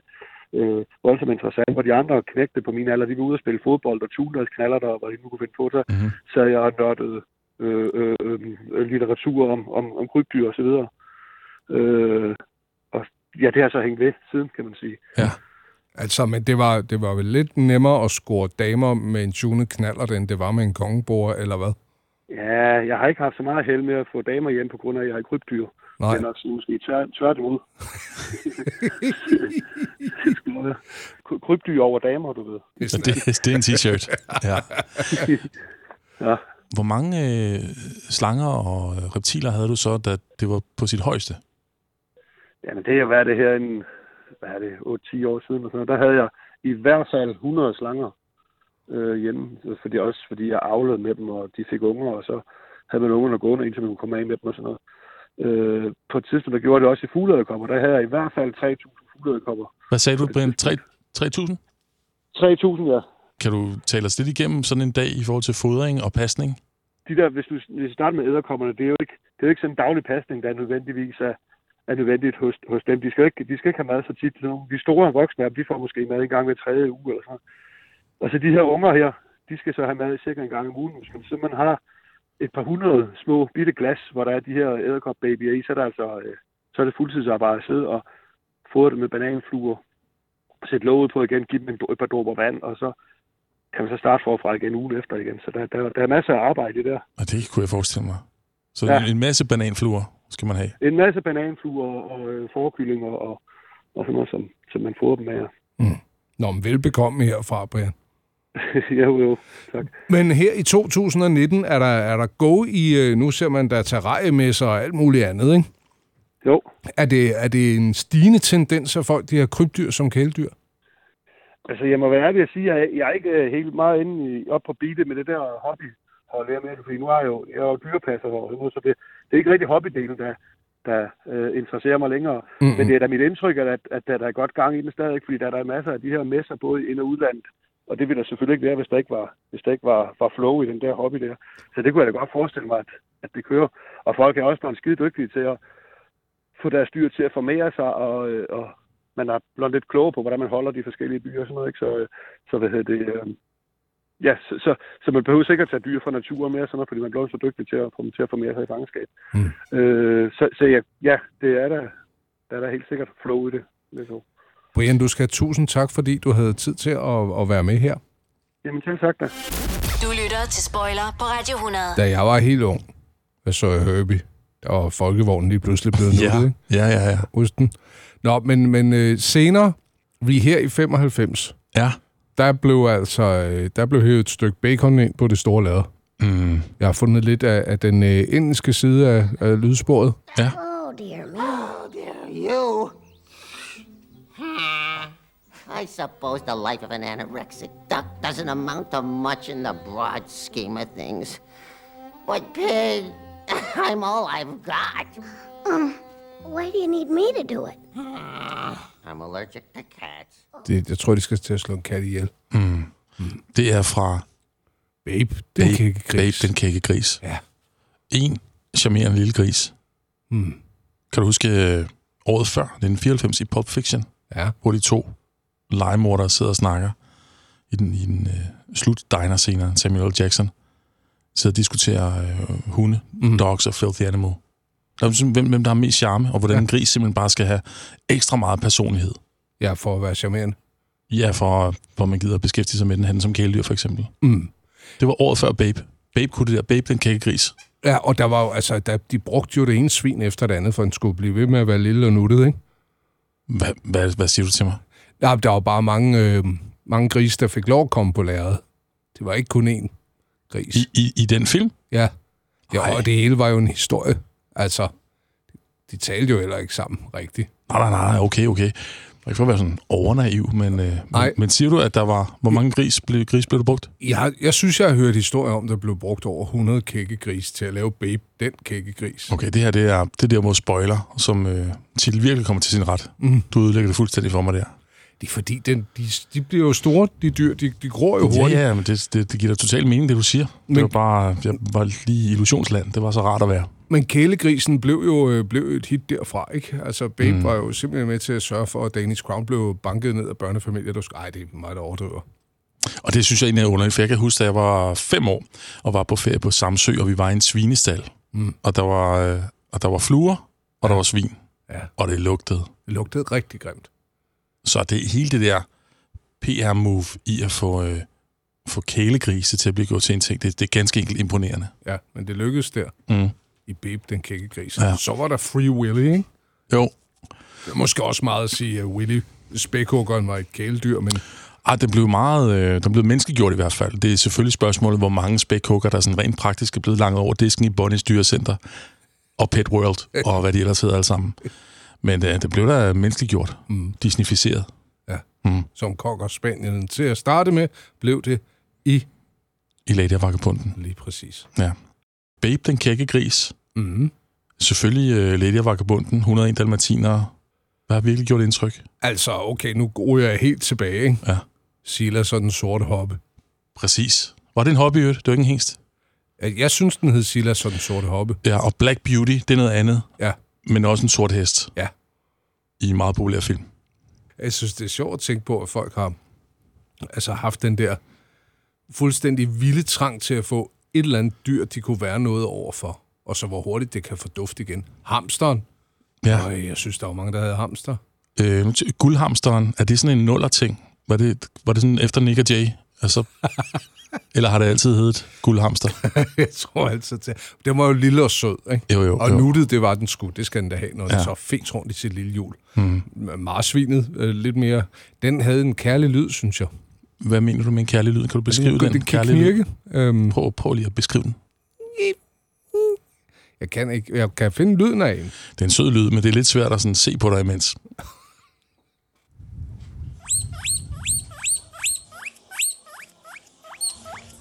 F: øh, voldsomt interessant. Og de andre knægte på min alder, de var ude og spille fodbold og tune deres knaller der, og hvad de nu kunne finde på sig.
E: Mhm.
F: Mm-hmm. Så jeg nørdede øh, øh, øh, litteratur om, om, om krybdyr og så videre. Øh, og ja, det har så hængt ved siden, kan man sige.
E: Ja.
D: Altså, men det var, det var vel lidt nemmere at score damer med en tunet knaller, end det var med en kongebord, eller hvad?
F: Ja, jeg har ikke haft så meget held med at få damer hjem, på grund af, at jeg har krybdyr.
D: Nej.
F: Men også måske tvær, tværtimod. Kry- krybdyr over damer, du ved.
E: Ja, det, det er en t-shirt. Ja.
F: Ja.
E: Hvor mange øh, slanger og øh, reptiler havde du så, da det var på sit højeste?
F: Jamen, det har været det her en, hvad er det, 8-10 år siden og sådan noget. Der havde jeg i hvert fald 100 slanger øh, hjemme, Så fordi også fordi jeg avlede med dem, og de fik unger, og så havde man ungerne gående, indtil man kunne komme af med dem og sådan noget. Øh, på et tidspunkt, der gjorde jeg det også i fugleæderkopper. Der havde jeg i hvert fald 3.000 fugleæderkopper.
E: Hvad sagde du, Brian? Tre- 3.000?
F: 3.000, ja.
E: Kan du tale os lidt igennem sådan en dag i forhold til fodring og pasning?
F: de der, hvis du, hvis du starter med æderkopperne, det er jo ikke, det er jo ikke sådan en daglig pasning, der nødvendigvis er, er nødvendigt hos, hos dem. De skal, jo ikke, de skal ikke have mad så tit. Sådan nogle- De store voksne af dem, de får måske mad en gang hver tredje uge eller sådan noget. Og så de her unger her, de skal så have mad cirka en gang om ugen. Hvis man simpelthen har et par hundrede små bitte glas, hvor der er de her æderkopbabyer i, så er, der altså, øh, så er det fuldtidsarbejde at sidde og fodre dem med bananfluer, sætte låget på igen, give dem en, et par dråber vand, og så kan man så starte forfra igen ugen efter igen. Så der, der, der er masser af arbejde i det der.
E: Og det kunne jeg forestille mig. Så ja.
F: Ja.
E: en masse bananfluer skal man have.
F: en masse bananfluer og, og øh, forkyllinger og, og sådan noget, som, som man får dem af.
D: Nå, men velbekomme herfra, Brian.
F: ja, jo, jo, tak.
D: Men her i 2019 er der, er der go i, øh, nu ser man der terrariemesser og alt muligt andet, ikke?
F: Jo,
D: Er det, er det en stigende tendens, at folk de har krybdyr som kæledyr?
F: altså jeg må være ærlig at sige, at jeg, jeg er ikke øh, helt meget inde i, op på beatet med det der hobby og lære med det, fordi nu er jeg jo, jeg er jo dyrepasser og sådan noget, så det, det er ikke rigtig hobbydelen, der, der øh, interesserer mig længere. Mm-hmm. Men det er da mit indtryk, at, at, at der, der er godt gang i den stadigvæk, fordi der, der er masser af de her messer, både ind- og udlandet. Og det ville der selvfølgelig ikke være, hvis der ikke var, hvis der ikke var, var flow i den der hobby der. Så det kunne jeg da godt forestille mig, at, at det kører. Og folk er også blevet skide dygtige til at få deres dyr til at formere sig, og, øh, og man er blevet lidt klogere på, hvordan man holder de forskellige byer og sådan noget. Ikke? Så, øh, så hvad hedder det... Øh, ja, så, så, så, man behøver sikkert tage dyr fra naturen med, og sådan noget, fordi man er blevet så dygtig til at få dem til at formere sig i fangenskab. Mm. Øh, så, så ja, ja, det er der, der er der helt sikkert flow i det. vil jeg tro.
D: Brian, du skal have tusind tak, fordi du havde tid til at, at være med her.
F: Jamen, selv sagt da.
A: Du lytter til Spoiler på Radio 100.
D: Da jeg var helt ung, der så jeg Herbie. Der var folkevognen lige pludselig blevet nuttet, ikke?
E: ja, ja. Ja,
D: Husk den. Nå, men, men øh, senere, vi er her i 95,
E: ja.
D: der blev altså, øh, der blev hævet et stykke bacon ind på det store lader.
E: Mm.
D: Jeg har fundet lidt af, af den øh, indiske side af, af lydsporet.
E: ja.
G: Oh, dear me. Oh, dear you. Hmm. I suppose the life of an anorexic duck doesn't amount to much in the broad scheme of things. But, pig, I'm all I've got. Um, why do you need me to do it? Hmm. I'm allergic to cats.
D: Det, jeg tror, de skal til at slå en kat ihjel.
E: Det er fra
D: Babe, den
E: Babe,
D: kan ikke
E: Babe
D: gris.
E: den kække gris.
D: Ja.
E: En charmerende lille gris.
D: Mm.
E: Kan du huske øh, året før, 1994 i Pulp Fiction,
D: Ja.
E: hvor de to legemordere sidder og snakker i den, i den øh, slut diner senere, Samuel L. Jackson sidder og diskuterer øh, hunde, mm. dogs og filthy animal. Der er simpelthen, hvem, hvem der har mest charme, og hvordan ja. en gris simpelthen bare skal have ekstra meget personlighed.
D: Ja, for at være charmerende.
E: Ja, for, for man gider at beskæftige sig med den han som kæledyr, for eksempel.
D: Mm.
E: Det var året før Babe. Babe kunne det der. Babe, den kække gris.
D: Ja, og der var jo, altså, der, de brugte jo det ene svin efter det andet, for den skulle blive ved med at være lille og nuttet, ikke?
E: Hvad, hvad, hvad siger du til mig?
D: Ja, der var bare mange, øh, mange grise, der fik lov at komme på lærredet. Det var ikke kun én gris.
E: I, i, i den film?
D: Ja.
E: Ej.
D: ja og det hele var jo en historie. Altså, de talte jo heller ikke sammen rigtigt.
E: Nej, nej, nej, okay, okay. Jeg kan godt være sådan overnaiv, men, øh, men,
D: Nej.
E: men siger du, at der var... Hvor mange gris, blev, gris blev der brugt?
D: Jeg, jeg synes, jeg har hørt historier om, der blev brugt over 100 kækkegris til at lave Babe, den kækkegris.
E: Okay, det her det er, det er der, hvor spoiler, som øh, til virkelig kommer til sin ret. Mm. Du ødelægger det fuldstændig for mig der.
D: Det er fordi, den, de, de bliver jo store, de dyr, de, de gror jo hurtigt.
E: Ja, ja, men det, det, det giver da total mening, det du siger. Øh, Men... Det
D: Men-
E: var bare... Jeg var lige i illusionsland. Det var så rart at være.
D: Men kælegrisen blev jo øh, blev et hit derfra, ikke? Altså, Babe mm. var jo simpelthen med til at sørge for, at Danish Crown blev banket ned af børnefamilier, der skulle... Ej, det er meget der overdriver.
E: Og det synes jeg egentlig er underligt, for jeg kan huske, da jeg var fem år og var på ferie på Samsø, og vi var i en svinestal. Mm. Og, der var, øh, og der var fluer, og der var svin.
D: Ja.
E: Og det lugtede.
D: Det lugtede rigtig grimt.
E: Så det hele det der PR-move i at få, øh, få kælegrise til at blive gjort til en ting, det, det er ganske enkelt imponerende.
D: Ja, men det lykkedes der
E: Mm.
D: i Babe, den kækkegris.
E: Ja.
D: Ja. Så var der Free Willy, ikke?
E: Jo,
D: Det er måske også meget at sige, at Willy spækhuggeren var et kæledyr, men
E: Ej, den Ah, blev meget, øh, den blev menneskegjort i hvert fald. Det er selvfølgelig spørgsmålet, hvor mange spækhugger, der sådan rent praktisk er blevet langet over disken i Bonnies Dyrecenter og Pet World, og hvad de ellers hedder alle sammen. Men øh, det blev da menneskegjort, mm. disnificeret.
D: som kokker Spanien til at starte med, blev det i
E: i Lady og Vagabunden.
D: lige præcis.
E: Ja. Babe, den kække gris.
D: Mm.
E: Selvfølgelig øh, Lady og Vagabunden, 101 dalmatiner. Hvad har virkelig gjort indtryk?
D: Altså, okay, nu går jeg helt tilbage, ikke?
E: Ja.
D: Silas og den sorte hoppe.
E: Præcis. Var det en hobby, i øvrigt? Det var ikke en hengst.
D: Jeg synes, den hed Silas og den sorte hoppe.
E: Ja, og Black Beauty, det er noget andet,
D: Ja.
E: men også en sort hest
D: Ja.
E: i en meget populær film.
D: Jeg synes, det er sjovt at tænke på, at folk har altså, haft den der fuldstændig vilde trang til at få et eller andet dyr, de kunne være noget overfor, og så hvor hurtigt det kan fordufte igen. Hamsteren.
E: Ja.
D: Øj, jeg synes, der var mange, der havde hamster.
E: Øh, nu t- guldhamsteren, er det sådan en nuller-ting? Var det, var det sådan efter Nick og Jay? Altså, eller har det altid heddet guldhamster?
D: jeg tror altså til. Den var jo lille og sød, ikke?
E: Jo, jo,
D: Og
E: jo.
D: nuttet, det var den sgu. Det skal den da have, når ja.
E: Ja.
D: den så fes rundt i sit lille hjul. Mm. Marsvinet, øh, lidt mere. Den havde en kærlig lyd, synes jeg.
E: Hvad mener du med en kærlig lyd? Kan du beskrive den?
D: den kan
E: kærlige lyd?
D: knirke. Øhm,
E: Prøv, prøv lige at beskrive den.
D: jeg, kan ikke, jeg kan finde lyden af en.
E: Det er en sød lyd, men det er lidt svært at sådan se på dig imens.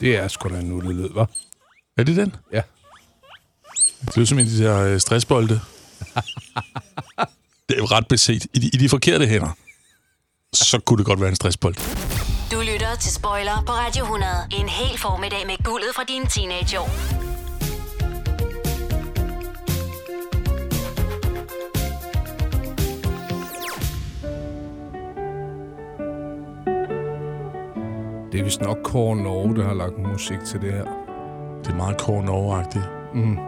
D: Det er sgu da en nuttet lyd, var.
E: Er det den?
D: Ja.
E: Det lyder som en af de der øh, stressbolde. det er jo ret beset. I de, I de forkerte hænder, så kunne det godt være en stressbold.
A: Du lytter til Spoiler på Radio 100. En hel formiddag med guldet fra dine teenageår.
D: Det er vist nok Kåre Norge, der har lagt musik til det her.
E: Det er meget kort norgeagtigt. Mm.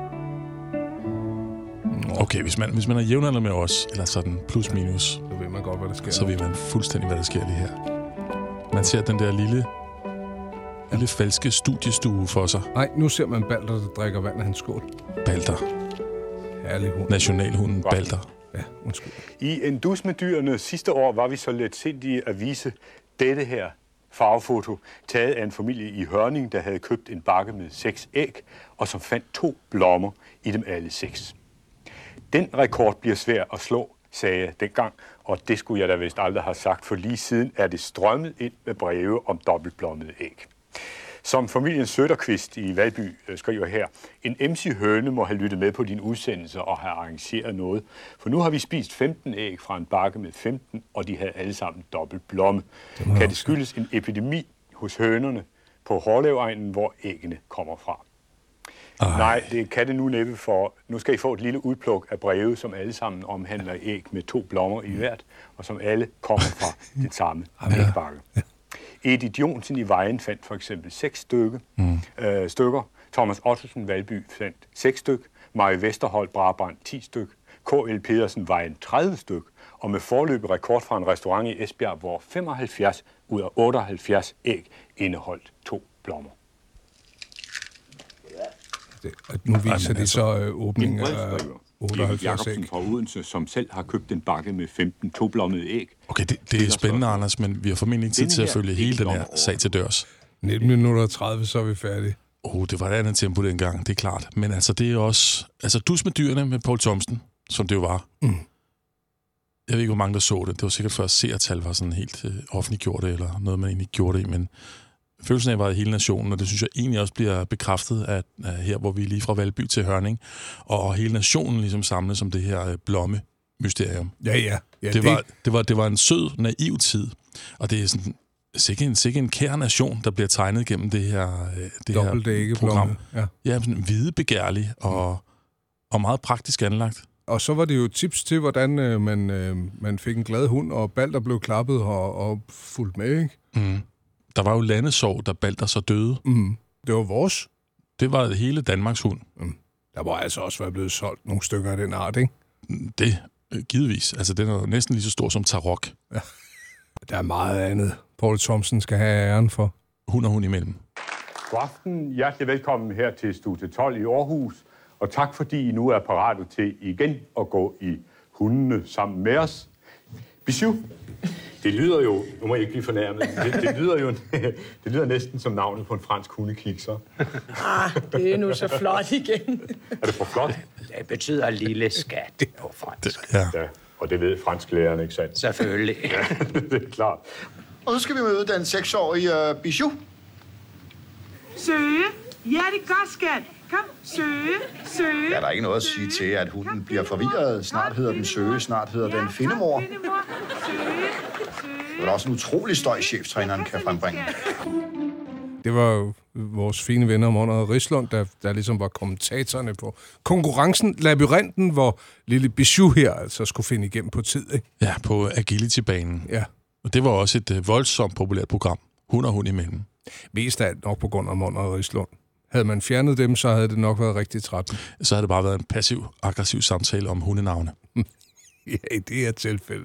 E: Okay, hvis man, hvis man er jævnaldrende med os, eller sådan plus minus,
D: Så ved man godt, hvad der sker.
E: så ved man fuldstændig, hvad der sker lige her. Man ser den der lille, lille falske studiestue for sig.
D: Nej, nu ser man Balder, der drikker vand af hans skål.
E: Balder.
D: Herlig hund.
E: Nationalhunden Balder.
D: Ja, undskyld.
H: I en dus med dyrene sidste år var vi så let sindige at vise dette her farvefoto, taget af en familie i Hørning, der havde købt en bakke med seks æg, og som fandt to blommer i dem alle seks. Den rekord bliver svær at slå, sagde jeg dengang, og det skulle jeg da vist aldrig have sagt, for lige siden er det strømmet ind med breve om dobbeltblommede æg. Som familien Søderqvist i Valby øh, skriver her, en MC Høne må have lyttet med på din udsendelse og have arrangeret noget, for nu har vi spist 15 æg fra en bakke med 15, og de havde alle sammen dobbelt blomme. Kan det skyldes en epidemi hos hønerne på Hårlevegnen, hvor æggene kommer fra? Nej, det kan det nu næppe, for nu skal I få et lille udpluk af breve, som alle sammen omhandler æg med to blommer i hvert, og som alle kommer fra den samme ægbakke. Edith Jonsen i Vejen fandt for eksempel seks stykke, mm. øh, stykker, Thomas Ottosen Valby fandt 6 styk, Marie Vesterhold Brabrand 10 styk, K.L. Pedersen Vejen 30 styk, og med forløbig rekord fra en restaurant i Esbjerg, hvor 75 ud af 78 æg indeholdt to blommer.
D: Det, og nu viser det
E: altså,
D: så øh, åbningen af
H: Emil
D: 78 æg.
H: Jacobsen fra Odense, som selv har købt en bakke med 15 toblommede æg.
E: Okay, det, det er spændende, Anders, men vi har formentlig ikke tid
H: Denne
E: til at
H: her
E: følge hele den her
H: blommeråre.
E: sag til dørs.
D: 19 minutter og 30, så er vi færdige.
E: Åh, oh, det var et andet tempo dengang, det er klart. Men altså, det er også... Altså, dus med dyrene med Paul Thomsen, som det jo var. Mm. Jeg ved ikke, hvor mange der så det. Det var sikkert før seertal var sådan helt øh, offentliggjort, eller noget, man egentlig gjorde det i, men følelsen af var i hele nationen, og det synes jeg egentlig også bliver bekræftet af, af her, hvor vi er lige fra Valby til Hørning, og hele nationen ligesom samlet som det her øh, blomme-mysterium.
D: Ja, ja. ja
E: det, var, det, var, det var en sød, naiv tid, og det er sådan sikke en, sikke en kær nation, der bliver tegnet gennem det her, øh, det her program.
D: dobbeltdækkeblomme. Ja.
E: Ja, sådan hvidebegærlig og, og meget praktisk anlagt.
D: Og så var det jo tips til, hvordan øh, man, øh, man fik en glad hund, og Balder blev klappet og, og fuldt med, ikke?
E: Mm. Der var jo landesorg, der balder så døde.
D: Mm. Det var vores.
E: Det var hele Danmarks hund.
D: Der må altså også være blevet solgt nogle stykker af den art, ikke?
E: Det, øh, givetvis. Altså, den er jo næsten lige så stor som Tarok.
D: Der er meget andet, Paul Thomsen skal have æren for.
E: Hund og hund imellem.
H: God aften. Hjertelig velkommen her til Studie 12 i Aarhus. Og tak fordi I nu er parate til igen at gå i hundene sammen med os. Bijou, det lyder jo, nu må jeg ikke blive fornærmet, det, det lyder jo det lyder næsten som navnet på en fransk hundeklik, så.
I: Ah, Det er nu så flot igen.
H: Er det for flot?
J: Det betyder lille skat på fransk.
E: Ja.
H: Ja, og det ved fransklærerne, ikke sandt?
J: Selvfølgelig.
H: det er klart.
K: Og nu skal vi møde den 6-årige uh, Bijou.
I: Søge. Ja, det er godt, skat. Kom, søge, søge.
K: Ja, der er ikke noget at sige til, at hunden
I: Kom,
K: bliver
I: Findemor.
K: forvirret. Snart
I: Kom,
K: hedder den
I: Findemor.
K: Søge, snart hedder
I: Ja,
K: den
I: kom,
K: Findemor.
I: Findemor. Søge, søge.
K: Det er også en utrolig støj, cheftræneren kan frembringe.
D: Det var jo vores fine venner Mon og Rislund, der, der ligesom var kommentatorerne på konkurrencen, labyrinten, hvor lille Bijou her altså skulle finde igennem på tid, ikke?
E: Ja, på Agility-banen.
D: Ja.
E: Og det var også et øh, voldsomt populært program. Hund og hund imellem.
D: Mest af alt nok på grund af Mon og Rislund. Havde man fjernet dem, så havde det nok været rigtig træt.
E: Så har det bare været en passiv-aggressiv samtale om hundenavne.
D: Ja, i det her tilfælde.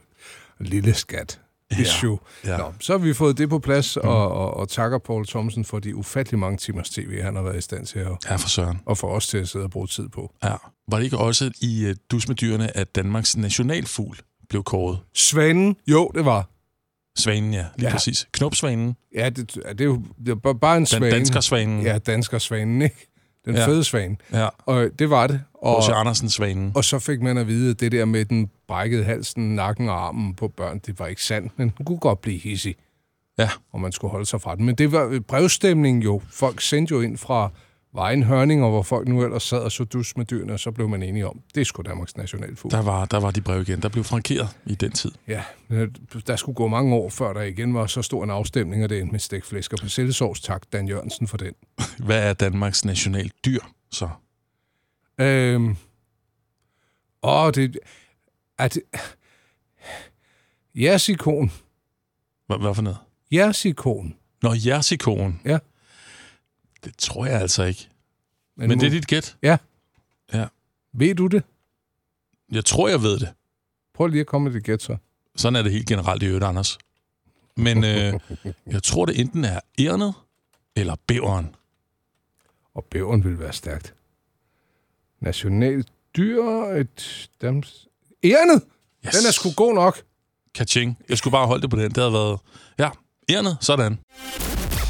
D: Lille skat. Issue. Ja,
E: ja.
D: ja. Nå, så har vi fået det på plads, og, og, og takker Paul Thomsen for de ufattelig mange timers tv, han har været i stand til at,
E: Ja, for søren.
D: at få os til at sidde og bruge tid på.
E: Ja. Var det ikke også i uh, Dus med dyrene, at Danmarks nationalfugl blev kåret?
D: Svanen? Jo, det var.
E: Svanen, ja. Lige ja.
D: Ja.
E: præcis. Knopsvanen.
D: Ja, det, ja, det, er jo- det er bare- bare en
E: Den
D: svane.
E: danskersvanen.
D: Ja, danskersvanen, ikke? Den
E: Mm. Ja.
D: ja. fede svane.
E: ja.
D: Og det var det. Og,
E: H.C. Andersen-svanen.
D: og så fik man at vide, at det der med den brækkede halsen, nakken og armen på børn, det var ikke sandt, men den kunne godt blive hissig.
E: Ja.
D: og man skulle holde sig fra den. Men det var brevstemningen jo. Folk sendte jo ind fra vejen Hørninger, hvor folk nu ellers sad og så dus med dyrene, og så blev man enige om, det skulle Danmarks nationalfugl.
E: Der var, der var de brev igen. Der blev frankeret i den tid.
D: Ja, øh, der skulle gå mange år, før der igen var så stor en afstemning, og det endte med stikflæsk og persillesovs. Tak, Dan Jørgensen, for den.
E: Hvad er Danmarks nationaldyr så?
D: Øhm. Åh, det... Er det... Jeres ikon.
E: Hvad, hvad for noget?
D: Jeres ikon.
E: Nå, jersikoen.
D: Ja.
E: Det tror jeg altså ikke. Men, Men det er dit gæt.
D: Ja.
E: Ja.
D: Ved du det?
E: Jeg tror, jeg ved det.
D: Prøv lige at komme med det gæt, så.
E: Sådan er det helt generelt i øvrigt, Anders. Men øh, jeg tror, det enten er ærnet eller bæveren.
D: Og bæveren vil være stærkt. Nationalt dyr, et dams... Ærnet!
E: Yes.
D: Den er sgu god nok.
E: Kaching. Jeg skulle bare holde det på den. Det havde været... Ja, ærnet. Sådan.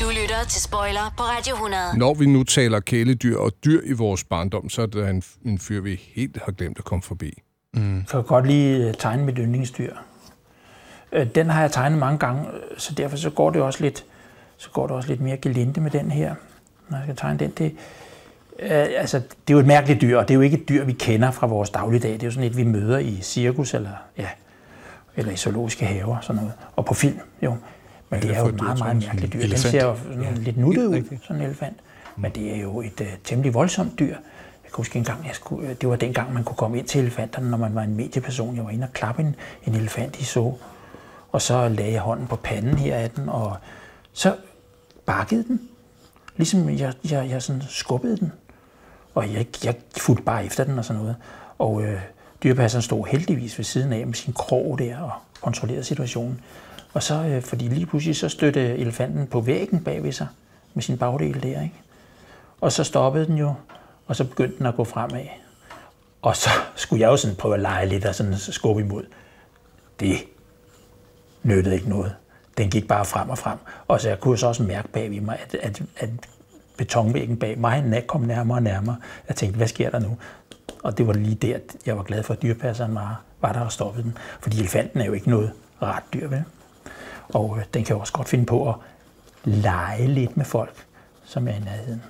A: Du lytter til Spoiler på Radio 100.
D: Når vi nu taler kæledyr og dyr i vores barndom, så er der en, en fyr, vi helt har glemt at komme forbi.
I: Jeg kan godt lige øh, tegne mit yndlingsdyr. Øh, Den har jeg tegnet mange gange, øh, så derfor så går det også lidt, så går det også lidt mere gelinde med den her, når jeg skal tegne den. Det, øh, altså, det er jo et mærkeligt dyr, og det er jo ikke et dyr, vi kender fra vores dagligdag. Det er jo sådan et, vi møder i cirkus eller, ja, eller i zoologiske haver sådan noget. og på film. Jo. Men det er jo
D: for
I: et
D: et
I: meget,
D: dyr,
I: meget
D: Thomsen?
I: mærkeligt dyr. Den
E: Elefant.
I: ser jo sådan lidt nuttet ud, sådan en elefant. Men det er jo et uh, temmelig voldsomt dyr. Jeg kan huske en gang, jeg skulle, øh, det var dengang, man kunne komme ind til elefanterne, når man var en medieperson. Jeg var inde og klappe en, en elefant i så, og så lagde jeg hånden på panden her af den, og så bakkede den. Ligesom jeg, jeg, jeg sådan skubbede den, og jeg, jeg fulgte bare efter den og sådan noget. Og øh, dyrepasseren stod heldigvis ved siden af med sin krog der og kontrollerede situationen. Og så, øh, fordi lige pludselig så støtte elefanten på væggen bag ved sig med sin bagdel der, ikke? Og så stoppede den jo, og så begyndte den at gå fremad. Og så skulle jeg jo sådan prøve at lege lidt og sådan skubbe imod. Det nyttede ikke noget. Den gik bare frem og frem. Og så jeg kunne så også mærke bag i mig, at, at, at betonvæggen bag mig den kom nærmere og nærmere. Jeg tænkte, hvad sker der nu? Og det var lige der, jeg var glad for, at dyrepasseren var, var der og stoppede den. Fordi elefanten er jo ikke noget ret dyr, vel? Og øh, den kan jo også godt finde på at lege lidt med folk, som er i nærheden.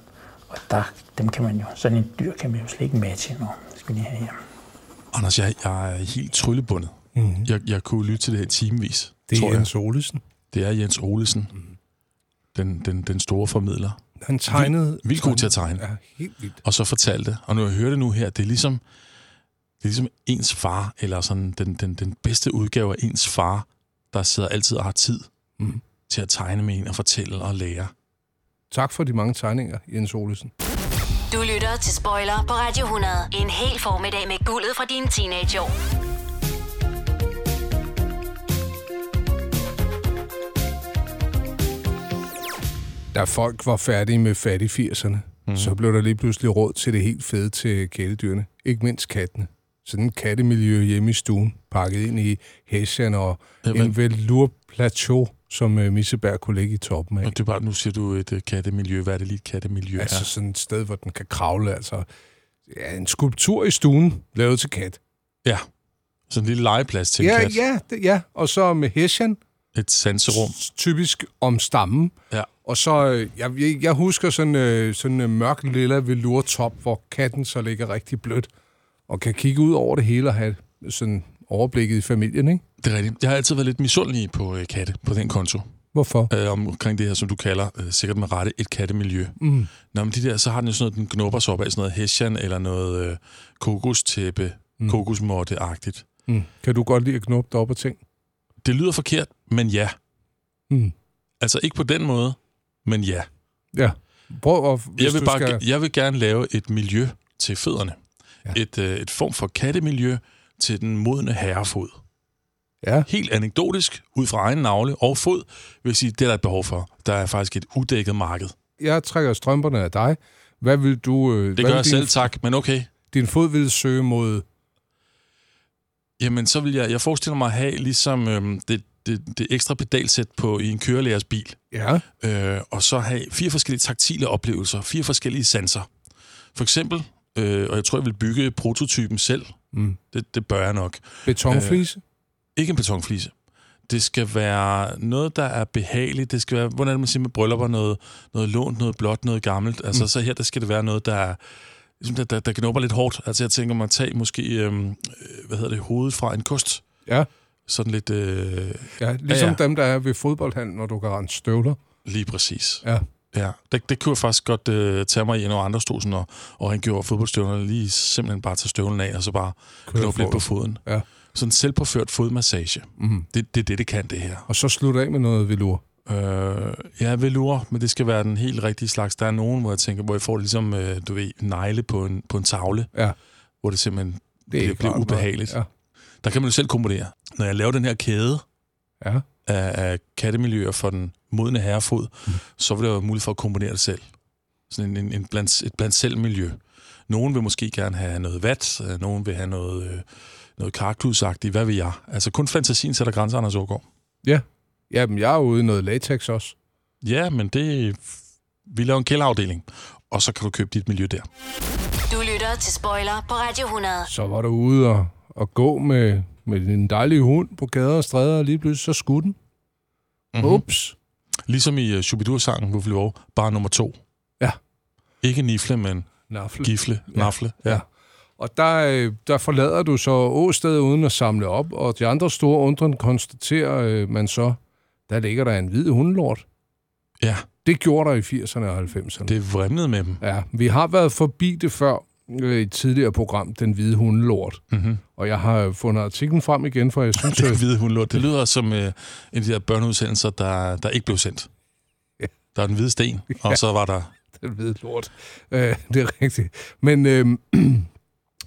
I: Og der, dem kan man jo, sådan en dyr kan man jo slet ikke matche, når skal lige have hjem.
E: Anders, jeg, jeg er helt tryllebundet.
D: Mm.
E: Jeg, jeg kunne lytte til det her timevis.
D: Det
E: tror
D: er
E: jeg.
D: Jens Olesen.
E: Det er Jens Olesen,
D: Mhm.
E: mm. den, den, den store formidler.
D: Han tegnede...
E: vildt god til at tegne.
D: Ja, helt vildt.
E: Og så fortalte, og når jeg hører det nu her, det er ligesom, det er ligesom ens far, eller sådan den, den, den bedste udgave af ens far, der sidder altid og har tid
D: Mm.
E: til at tegne med en og fortælle og lære.
D: Tak for de mange tegninger, Jens Olesen.
A: Du lytter til Spoiler på Radio 100. En hel formiddag med guldet fra dine teenageår.
D: Da folk var færdige med fat i 80'erne,
E: Mhm.
D: mm. så blev der lige pludselig råd til det helt fede til kæledyrene. Ikke mindst kattene. Sådan en kattemiljø hjemme i stuen, pakket ind i hessian og
E: Jamen.
D: en velur plateau, som øh, Misseberg kunne ligge i toppen af.
E: Og det er bare, nu siger du et øh, kattemiljø. Hvad er det lige et kattemiljø?
D: Altså
E: Altså,
D: sådan et sted, hvor den kan kravle. Altså, ja, en skulptur i stuen, lavet til kat.
E: ja. Sådan en lille legeplads til en
D: Ja,
E: kat.
D: ja, det, ja. Og så med hessian,
E: Et sanserum.
D: s- typisk om stammen.
E: Ja.
D: Og så, øh, jeg, jeg, jeg husker sådan øh, sådan en mørk lilla velurtop, hvor katten så ligger rigtig blødt, og kan kigge ud over det hele og have sådan overblikket i familien, ikke?
E: Det er rigtigt. Jeg har altid været lidt misundelig på øh, katte, på den konto.
D: Hvorfor?
E: øh, omkring det her, som du kalder, øh, sikkert med rette, et kattemiljø. Mm. Nå, men de der, så har den jo sådan noget, den knupper sig op af sådan noget hessian eller noget øh, kokostæppe, mm. kokosmotte-agtigt.
D: Mm. Kan du godt lide at knuppe dig op af ting?
E: Det lyder forkert, men ja.
D: Mm.
E: Altså ikke på den måde, men ja.
D: Ja. Prøv at, hvis
E: Jeg vil,
D: du
E: bare,
D: skal...
E: jeg vil gerne lave et miljø til fødderne.
D: Ja.
E: Ja. Et, øh, et form for kattemiljø til den modne herrefod.
D: Ja.
E: Helt anekdotisk, ud fra egen navle og fod, vil jeg sige, det er der et behov for. Der er faktisk et uddækket marked.
D: Jeg trækker strømperne af dig. Hvad vil du... Øh,
E: Det
D: hvad
E: gør
D: vil
E: jeg
D: din,
E: selv, tak, men okay.
D: Din fod vil søge mod...
E: Jamen, så vil jeg, jeg forestiller mig at have ligesom øhm, det, det, det ekstra pedalsæt på i en kørelærers bil,
D: Ja.
E: øh, og så have fire forskellige taktile oplevelser, fire forskellige sanser. For eksempel, øh, og jeg tror, jeg vil bygge prototypen selv.
D: Mm.
E: Det, det bør jeg nok. Øh.
D: Betonflise.
E: Ikke en betonflise. Det skal være noget, der er behageligt. Det skal være, hvordan er det, man siger med bryllupper, noget, noget lånt, noget blåt, noget gammelt. Altså, mm. så her, der skal det være noget, der er ligesom der, der, der knopper lidt hårdt. Altså, jeg tænker mig at tage måske, øhm, øh, hvad hedder det, hovedet fra en kost.
D: Ja.
E: Sådan lidt... Øh,
D: ja. Ligesom ja,
E: Ja,
D: ja.
E: ja.
D: dem, der er ved fodboldhandlen, når du kan rende støvler.
E: lige præcis.
D: Ja.
E: Ja, det, det kunne jeg faktisk godt øh, tage mig i, når andre stod sådan og, og rengjorde fodboldstøvlerne. Lige simpelthen bare tage støvlen af, og så bare
D: Køre
E: knoppe lidt
D: foden.
E: på foden.
D: Ja.
E: Sådan en selvpåført fodmassage.
D: Mm.
E: Det, det er det, det kan, det her.
D: Og så slutte af med noget velur.
E: Øh, ja, velur, men det skal være den helt rigtige slags. Der er nogen, hvor jeg tænker, hvor jeg får ligesom, øh, du ved, negle på en, på en tavle,
D: Ja.
E: hvor det simpelthen det bliver,
D: ikke
E: bliver
D: rart nok.
E: ubehageligt.
D: Ja.
E: Der kan man jo selv komponere. Når jeg laver den her kæde
D: Ja.
E: af, af kattemiljøer for den modne herrefod, mm. så vil der være mulighed for at komponere det selv. Sådan en, en, en blandt, et blandt selv miljø. Nogen vil måske gerne have noget vat, øh, nogen vil have noget, øh, noget karklusagtigt, hvad ved jeg. Altså kun fantasien sætter grænser, Anders Aargaard.
D: Jamen, jeg er ude i noget latex også.
E: Ja, men det... Vi laver en kælderafdeling, og så kan du købe dit miljø der.
A: Du lytter til Spoiler på Radio 100.
D: Så var du ude og, og gå med, med din dejlige hund på gader og stræder, og lige pludselig så skulle den.
E: Mhm.
D: Mm-hmm. Ups.
E: Ligesom i uh, Shubidur-sangen, hvor vi var bare nummer to.
D: Ja.
E: Ikke nifle, men
D: Nafle.
E: gifle, ja. nafle.
D: Ja. Og der, øh, der forlader du så åstedet uden at samle op, og de andre store undren konstaterer øh, man så, der ligger der en hvid hundelort.
E: ja,
D: Det gjorde der i 80'erne og 90'erne.
E: det vrimlede med dem.
D: Ja, vi har været forbi det før øh, i et tidligere program, Den Hvide Hundelort.
E: Mm-hmm.
D: Og jeg har fundet artiklen frem igen, for jeg synes,
E: Det
D: at
E: hvide hundlort. Det lyder som uh, en af de der børneudsendelser, der, der ikke blev sendt.
D: Ja.
E: Der er den hvide sten, og så var der
D: den hvide lort. Øh, det er rigtigt. Men øh,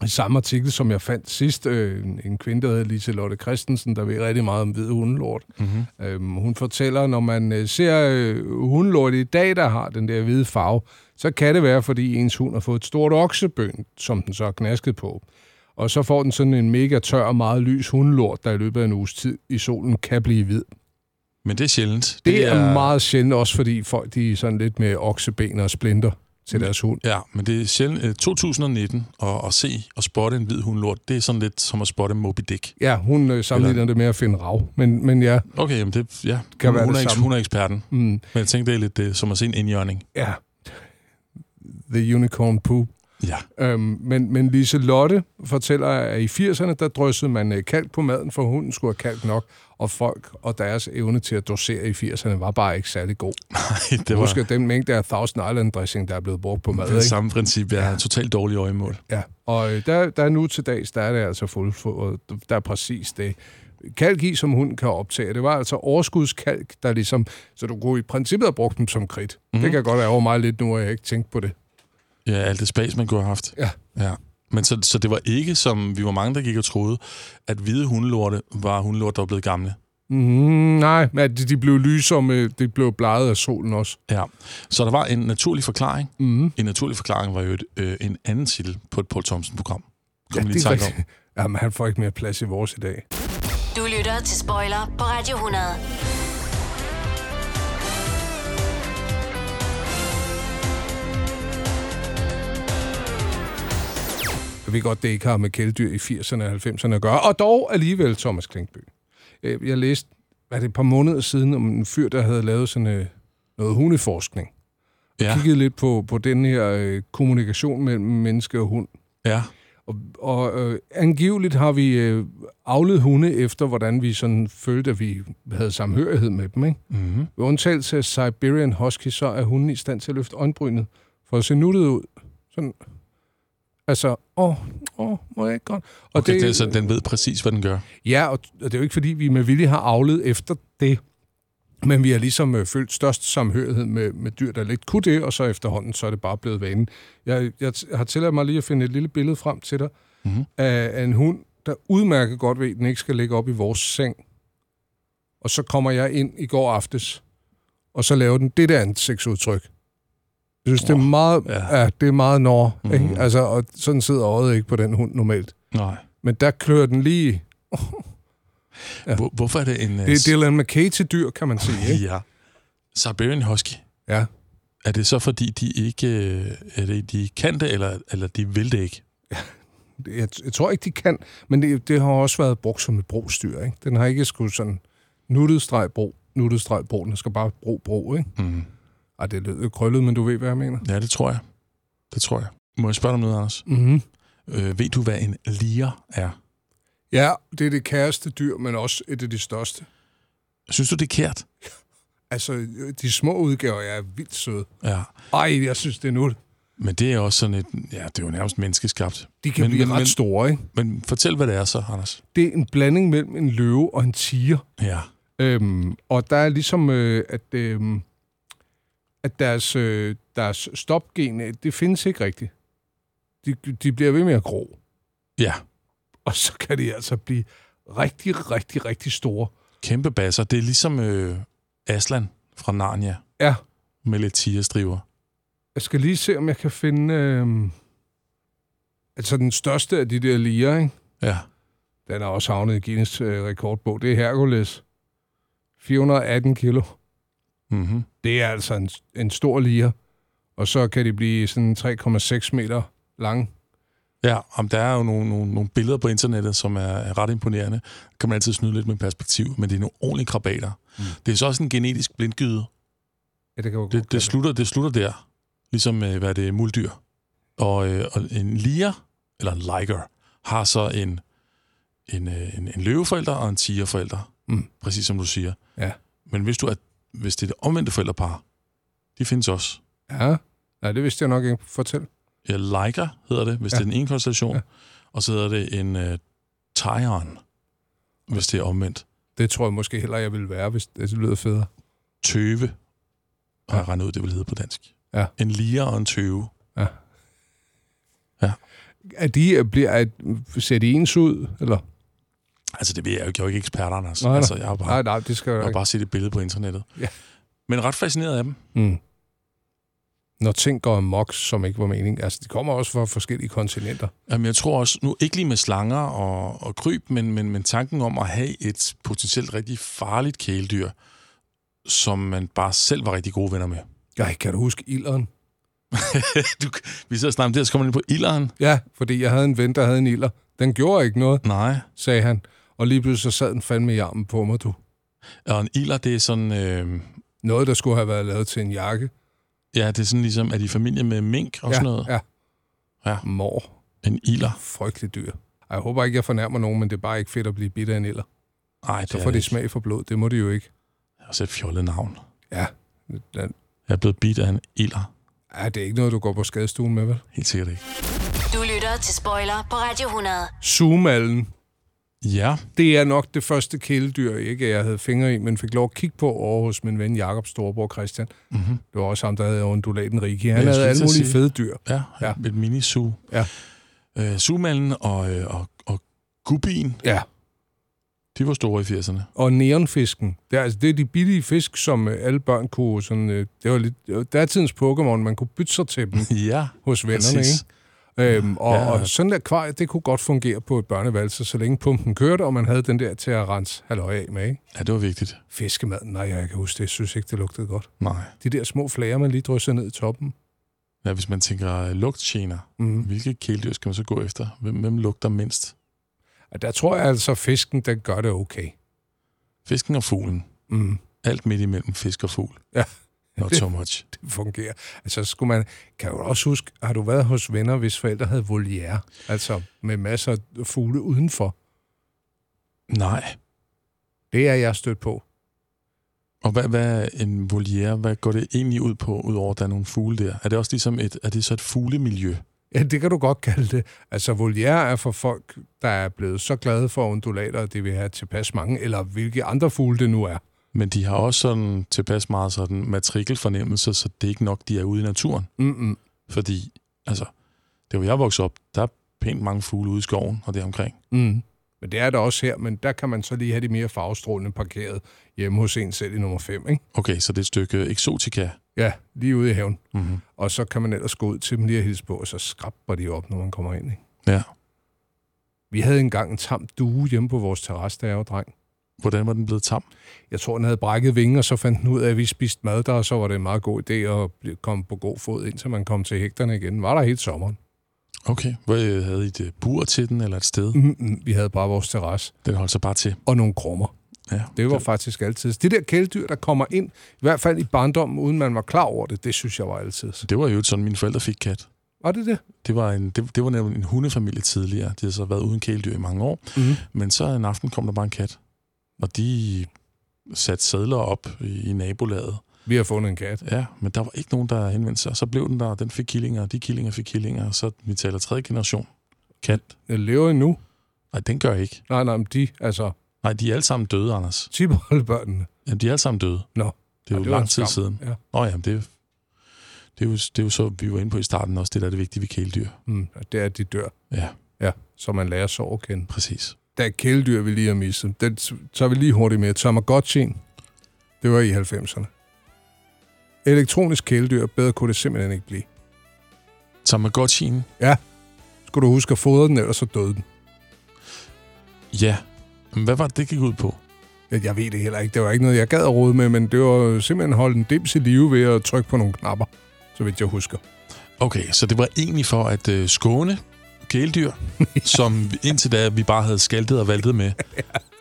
D: i samme artikel, som jeg fandt sidst, øh, en- en kvinde, der hedder Lise Lotte Christensen, der ved rigtig meget om hvid hundelort. Mm-hmm. Øhm, hun fortæller, når man øh, ser øh, hundelort i dag, der har den der hvide farve, så kan det være, fordi ens hund har fået et stort oksebøn, som den så har knasket på. Og så får den sådan en mega tør og meget lys hundelort, der i løbet af en uges tid i solen kan blive hvid.
E: Men det er sjældent.
D: Det, det er, er meget sjældent, også fordi folk de er sådan lidt med okseben og splinter til deres hund.
E: Ja, men det er sjældent. øh, 2019, og at se og spotte en hvid hundlort, det er sådan lidt som at spotte Moby Dick.
D: Ja, hun øh, sammenligner det med at finde rav, men, men ja,
E: Okay, jamen det, ja.
D: Kan
E: hun,
D: være
E: hun,
D: det
E: er, eks-
D: samme.
E: hun er eksperten.
D: Mm.
E: Men jeg tænkte, det er lidt det, som at se en indjørning.
D: ja, the unicorn poop.
E: Ja.
D: Øhm, men, men Lise Lotte fortæller, at i 80'erne, der dryssede man øh, kalk på maden, for hunden skulle have kalk nok, og folk og deres evne til at dosere i 80'erne var bare ikke særlig god.
E: Nej, det
D: Det
E: var
D: var... Husk at den mængde af Thousand Island dressing, der er blevet brugt på mad,
E: det
D: ikke?
E: samme princip. Jeg har totalt dårlige øjemål.
D: Ja, og øh, der, der er nu til dags, der er det altså fuldfodret. Der er præcis det. Kalk i, som hunden kan optage. Det var altså overskudskalk, der ligesom... Så du kunne i princippet have brugt dem som kridt.
E: Mhm.
D: Mm-hmm. Det kan godt være over mig lidt nu, at jeg ikke tænkte på det.
E: Ja, alt det spas, man kunne have haft.
D: Ja.
E: ja. Men så, så det var ikke, som vi var mange, der gik og troede, at hvide hundelorte var hundelort, der var blevet gamle.
D: Mm, nej, men de, de blev lysomme. De blev bleget af solen også.
E: Ja. Så der var en naturlig forklaring. Mm. En naturlig forklaring var jo et, øh, en anden titel på et Paul Thomsen-program. Kom ja, lige i tanke om.
D: Jamen, han får ikke mere plads i vores i dag.
A: Du lytter til Spoiler på Radio 100.
D: Jeg ved godt, det ikke har med kæledyr i 80'erne og 90'erne at gøre. Og dog alligevel Thomas Klinkby. Øh, Jeg læste, var det et par måneder siden, om en fyr, der havde lavet sådan øh, noget hundeforskning.
E: Ja,
D: kigget lidt på, på den her øh, kommunikation mellem menneske og hund.
E: ja.
D: Og, og øh, angiveligt har vi øh, aflet hunde efter, hvordan vi sådan følte, at vi havde samhørighed med dem. Ikke? Mm-hmm. Ved undtagelse af Siberian Husky, så er hunden i stand til at løfte øjenbrynet for at se nuttet ud. Sådan. Altså, åh, åh, må jeg ikke godt. Og
E: Okay, det, det, så den ved præcis, hvad den gør.
D: Ja, og, og det er jo ikke, fordi vi med vilje har afledt efter det, men vi har ligesom øh, følt størst samhørighed med, med dyr, der lidt kunne det, og så efterhånden, så er det bare blevet vanen. Jeg, jeg t- har tilladt mig lige at finde et lille billede frem til dig mm-hmm. af, af en hund, der udmærket godt ved, at den ikke skal ligge op i vores seng. Og så kommer jeg ind i går aftes, og så laver den det der ansigtsudtryk. Jeg synes, det er meget, ja. Ja, det er meget når. Mm-hmm. Ikke? Altså, og sådan sidder øjet ikke på den hund normalt.
E: Nej.
D: Men der klør den lige
E: Ja. Hvor, hvorfor er det en... øh,
D: Det er Dylan McKay til dyr, kan man sige. Ikke?
E: Ja. Siberian Husky.
D: Ja.
E: Er det så, fordi de ikke øh, er det, de kan det, eller, eller de vil det ikke?
D: Jeg, jeg tror ikke, de kan, men det, det har også været brugt som et brostyr. Ikke? Den har ikke skulle sådan nuttet streg bro, nuttet streg bro. Den skal bare bro, bro, ikke?
E: Mm.
D: Ej, det lød krøllet, men du ved, hvad jeg mener.
E: Ja, det tror jeg. Det tror jeg. Må jeg spørge dig om noget, Anders?
D: Mm-hmm.
E: Øh, ved du, hvad en lier er?
D: Ja, det er det kæreste dyr, men også et af de største.
E: Synes du, det er kært?
D: Altså, de små udgaver er vildt søde.
E: Ja.
D: Ej, jeg synes, det er nu.
E: Men det er også sådan et... Ja, det er jo nærmest menneskeskabt.
D: De kan
E: men,
D: men, blive
E: men,
D: men, ret store, ikke?
E: Men, men fortæl, hvad det er så, Anders.
D: Det er en blanding mellem en løve og en tiger.
E: Ja.
D: Øhm, og der er ligesom, øh, at, øh, at deres, øh, deres stopgen, øh, det findes ikke rigtigt. De, de bliver ved med at gro,
E: Ja.
D: og så kan de altså blive rigtig, rigtig, rigtig store.
E: Kæmpe basser. Det er ligesom øh, Aslan fra Narnia
D: Ja,
E: med lidt tigerstriver.
D: jeg skal lige se, om jeg kan finde... Øh, altså den største af de der liger, ikke?
E: Ja.
D: Den er også havnet i Guinness øh, rekordbog. Det er Hercules. 418 kilo.
E: Mm-hmm.
D: Det er altså en, en stor liger. Og så kan de blive sådan 3,6 meter lange.
E: Ja, om der er jo nogle, nogle, nogle billeder på internettet, som er, er ret imponerende. Kan man altid snyde lidt med perspektiv, men det er nogle ordentlige krabater. Mm. Det er så også en genetisk blindgyde.
D: Ja, det kan jo
E: Det, det, slutter, det slutter der. Ligesom, øh, hvad er det, muldyr. Og, øh, og en liger, eller en liger, har så en, en, øh, en, en løveforælder og en tigerforælder.
D: Mm.
E: Præcis som du siger.
D: Ja.
E: Men hvis, du er, hvis det er det omvendte forældrepar, de findes også.
D: Ja. Nej, det vidste jeg nok ikke. Fortæl.
E: Ja, liger hedder det, hvis ja. det er den ene konstellation. Ja. Og så hedder det en øh, tyron, hvis det er omvendt.
D: Det tror jeg måske heller, jeg ville være, hvis det lyder federe.
E: Tøve, har jeg regnet ud, det vil hedde på dansk.
D: Ja.
E: En lier og en tøve.
D: Ja.
E: Ja.
D: Er de, er- bliver, er, ser de ens ud, eller?
E: Altså, det ved jeg jo ikke. Jeg er jo ikke ekspert, Anders.
D: Nej, nej.
E: altså, jeg har bare,
D: Nej, nej, det skal
E: jeg
D: jo
E: har
D: ikke.
E: bare set et billede på internettet.
D: Ja.
E: Men ret fascineret af dem.
D: Mm. Når ting går amok, som ikke var meningen. Altså, de kommer også fra forskellige kontinenter.
E: Jamen, jeg tror også, nu ikke lige med slanger og, og kryb, men, men, men tanken om at have et potentielt rigtig farligt kæledyr, som man bare selv var rigtig gode venner med.
D: Ej, kan du huske ilderen?
E: du, vi sidder og snakker om det, og så kommer man ind på ilderen.
D: Ja, fordi jeg havde en ven, der havde en ilder. Den gjorde ikke noget,
E: Nej,
D: sagde han. Og lige pludselig så sad den fandme i armen på mig, du.
E: og en ilder, det er sådan... Øh,
D: Noget, der skulle have været lavet til en jakke.
E: ja, det er sådan ligesom, at i familie med mink og
D: ja,
E: sådan noget.
D: Ja.
E: Ja.
D: Mor.
E: En ilder.
D: Frygtelig dyr. Ej, Jeg håber ikke, jeg fornærmer nogen, men det er bare ikke fedt at blive bidt af en ilder.
E: Nej, det
D: Så
E: er
D: får
E: det
D: de
E: ikke.
D: smag for blod. Det må de jo ikke.
E: Det er også et fjollet navn.
D: Ja. Den-
E: Jeg er blevet bidt af en ilder.
D: Ja, det er ikke noget, du går på skadestuen med, vel?
E: Helt sikkert ikke.
A: Du lytter til Spoiler på Radio 100.
D: Zoomallen.
E: Ja,
D: Det er nok det første kæledyr, ikke jeg havde fingre i, men fik lov at kigge på over hos min ven Jakob Storborg Christian. Mm-hmm. Det var også ham, der havde undulaten Rikki. Han
E: Mhm. jeg
D: havde
E: skulle
D: alle
E: til at
D: mulige
E: sige-
D: fede dyr.
E: ja,
D: Ja.
E: ja. et mini-zoo.
D: Ja.
E: Øh, Sugemanden og, øh, og, og gubbien,
D: Ja.
E: de var store i 80'erne.
D: Og neonfisken. Det er, altså, det er de billige fisk, som øh, alle børn kunne... Sådan, øh, det var lidt, det var datidens Pokémon, man kunne bytte sig til dem
E: Ja,
D: hos vennerne.
E: præcis.
D: Ikke? Øhm, og, ja,
E: Ja.
D: og sådan et akvarie, det kunne godt fungere på et børneværelse, så længe pumpen kørte, og man havde den der til at rense halløj af med. Ikke?
E: Ja, det var vigtigt.
D: Fiskemaden, nej, jeg kan huske det. Jeg synes ikke, det lugtede godt.
E: Nej.
D: De der små flager, man lige drysser ned i toppen.
E: Ja, hvis man tænker øh, lugtgener,
D: Mhm.
E: mm. hvilke kæledyr skal man så gå efter? Hvem, hvem lugter mindst?
D: Og der tror jeg altså, at fisken, den gør det okay.
E: Fisken og fuglen.
D: Mm.
E: Alt midt imellem fisk og fugl.
D: Ja.
E: Not so much.
D: Det fungerer. Altså, så skulle man, kan jeg jo også huske, har du været hos venner, hvis forældre havde voliere? Altså, med masser af fugle udenfor.
E: Nej.
D: Det er jeg stødt på.
E: Og hvad, hvad er en voliere? Hvad går det egentlig ud på, udover at der er nogle fugle der? Er det også ligesom et, er det så et fuglemiljø?
D: Ja, det kan du godt kalde det. Altså, voliere er for folk, der er blevet så glade for undulater, at de vil have tilpas mange, eller hvilke andre fugle det nu er.
E: Men de har også sådan tilpas meget sådan matrikelfornemmelse, så det er ikke nok, de er ude i naturen.
D: Mm-mm.
E: Fordi, altså, det var jeg voksede op, der er pænt mange fugle ude i skoven og deromkring.
D: Mm. Men det er der også her, men der kan man så lige have de mere farvestrålende parkeret hjemme hos en selv i nummer 5, ikke?
E: Okay, så det er et stykke eksotika.
D: Ja, lige ude i haven.
E: Mm-hmm.
D: Og så kan man ellers gå ud til dem lige og hilse på, og så skrabber de op, når man kommer ind. Ikke?
E: Ja.
D: Vi havde engang en tam due hjemme på vores terrasse, da jeg var dreng.
E: Hvordan var den blevet tam?
D: Jeg tror, den havde brækket vinger, og så fandt den ud af, at vi spiste mad der, og så var det en meget god idé at blive- komme på god fod, indtil man kom til hægterne igen. Den Var der hele sommeren.
E: Okay. Hvad øh, havde I et øh, bur til den, eller et sted? Mm.
D: Mm-mm, vi havde bare vores terrasse
E: Den holdt sig bare til.
D: og nogle krummer.
E: Ja.
D: Det var faktisk altid. Det der kæledyr, der kommer ind, i hvert fald i barndommen, uden man var klar over det, det synes jeg var altid.
E: det var jo sådan, mine forældre fik kat.
D: Var det det?
E: Det var, en, det, det var nemlig en hundefamilie tidligere. De havde så været uden kæledyr i mange år.
D: Mhm.
E: Men så en aften kom der bare en kat. Og de satte sædler op i, i nabolaget.
D: Vi har fundet en kat.
E: Ja, men der var ikke nogen, der henvendte sig. Og så blev den der, og den fik killinger, og de killinger fik killinger. Og så vi taler tredje generation. Kat.
D: Den lever endnu.
E: Nej, den gør ikke.
D: Nej, nej, men de, altså,
E: Nej, de er alle sammen døde, Anders.
D: tiboldbørnene.
E: Ja, de er alle sammen døde.
D: Nå.
E: Det er
D: Ej,
E: jo
D: det var en
E: lang tid
D: skam.
E: siden.
D: Ja.
E: Nå ja, men det, er- det, er jo, det er jo så, vi var inde på i starten også, det der er det vigtige ved kæledyr.
D: Mm, og det er, at de dør.
E: Ja,
D: Ja, så man lærer sorg at kende.
E: præcis.
D: Der er kæledyr, vi lige har mistet. Den t- tager vi lige hurtigt med. Tamagotchi'en, det var i 90'erne. Elektronisk kæledyr, bedre kunne det simpelthen ikke blive.
E: Tamagotchien,
D: Skulle du huske at fodre den, ellers så døde den.
E: ja. Men hvad var det, det gik ud på?
D: Jeg- Jeg ved det heller ikke. Det var ikke noget, jeg gad at rode med, men det var jo simpelthen at holde en dims i live ved at trykke på nogle knapper, så vidt jeg husker.
E: Okay, så det var egentlig for at øh, skåne kæledyr, som indtil da vi bare havde skaltet og valtet med.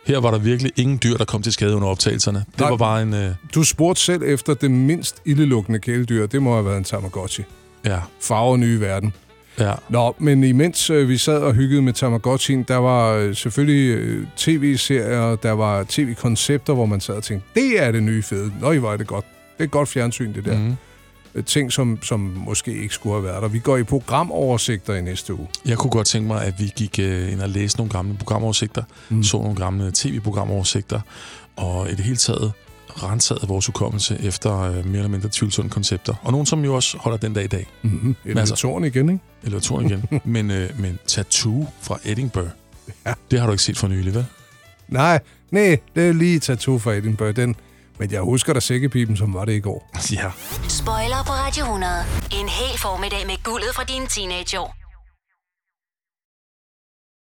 E: Her var der virkelig ingen dyr, der kom til skade under optagelserne. Det
D: Nej.
E: var bare en... Øh,
D: Du spurgte selv efter det mindst ildelukkende kæledyr. Det må have været en Tamagotchi.
E: ja,
D: Farver nye verden.
E: ja.
D: Nå, men imens øh, vi sad og hyggede med Tamagotchien, der var øh, selvfølgelig øh, tv-serier, der var tv-koncepter, hvor man sad og tænkte, det er det nye fede. Nå, I var det godt. Det er godt fjernsyn, det der. Mm.
E: Mm.
D: Ting, som, som måske ikke skulle have været der. Vi går i programoversigter i næste uge.
E: Jeg kunne godt tænke mig, at vi gik øh, ind og læste nogle gamle programoversigter, mm. så nogle gamle tv-programoversigter, og i det hele taget renset vores hukommelse efter øh, mere eller mindre tvivlsomme koncepter. Og nogen, som jo også holder den dag i dag.
D: Mm-hmm. Elevatoren igen, ikke?
E: Elevatoren igen. men, øh, men Tattoo fra Edinburgh, ja. det har du ikke set for nylig, vel?
D: Nej, nej, det er lige Tattoo fra Edinburgh, den. Men jeg husker da sækkepipen, som var det i går.
E: ja.
A: Spoiler på Radio 100. En hel formiddag med guldet fra dine teenageår.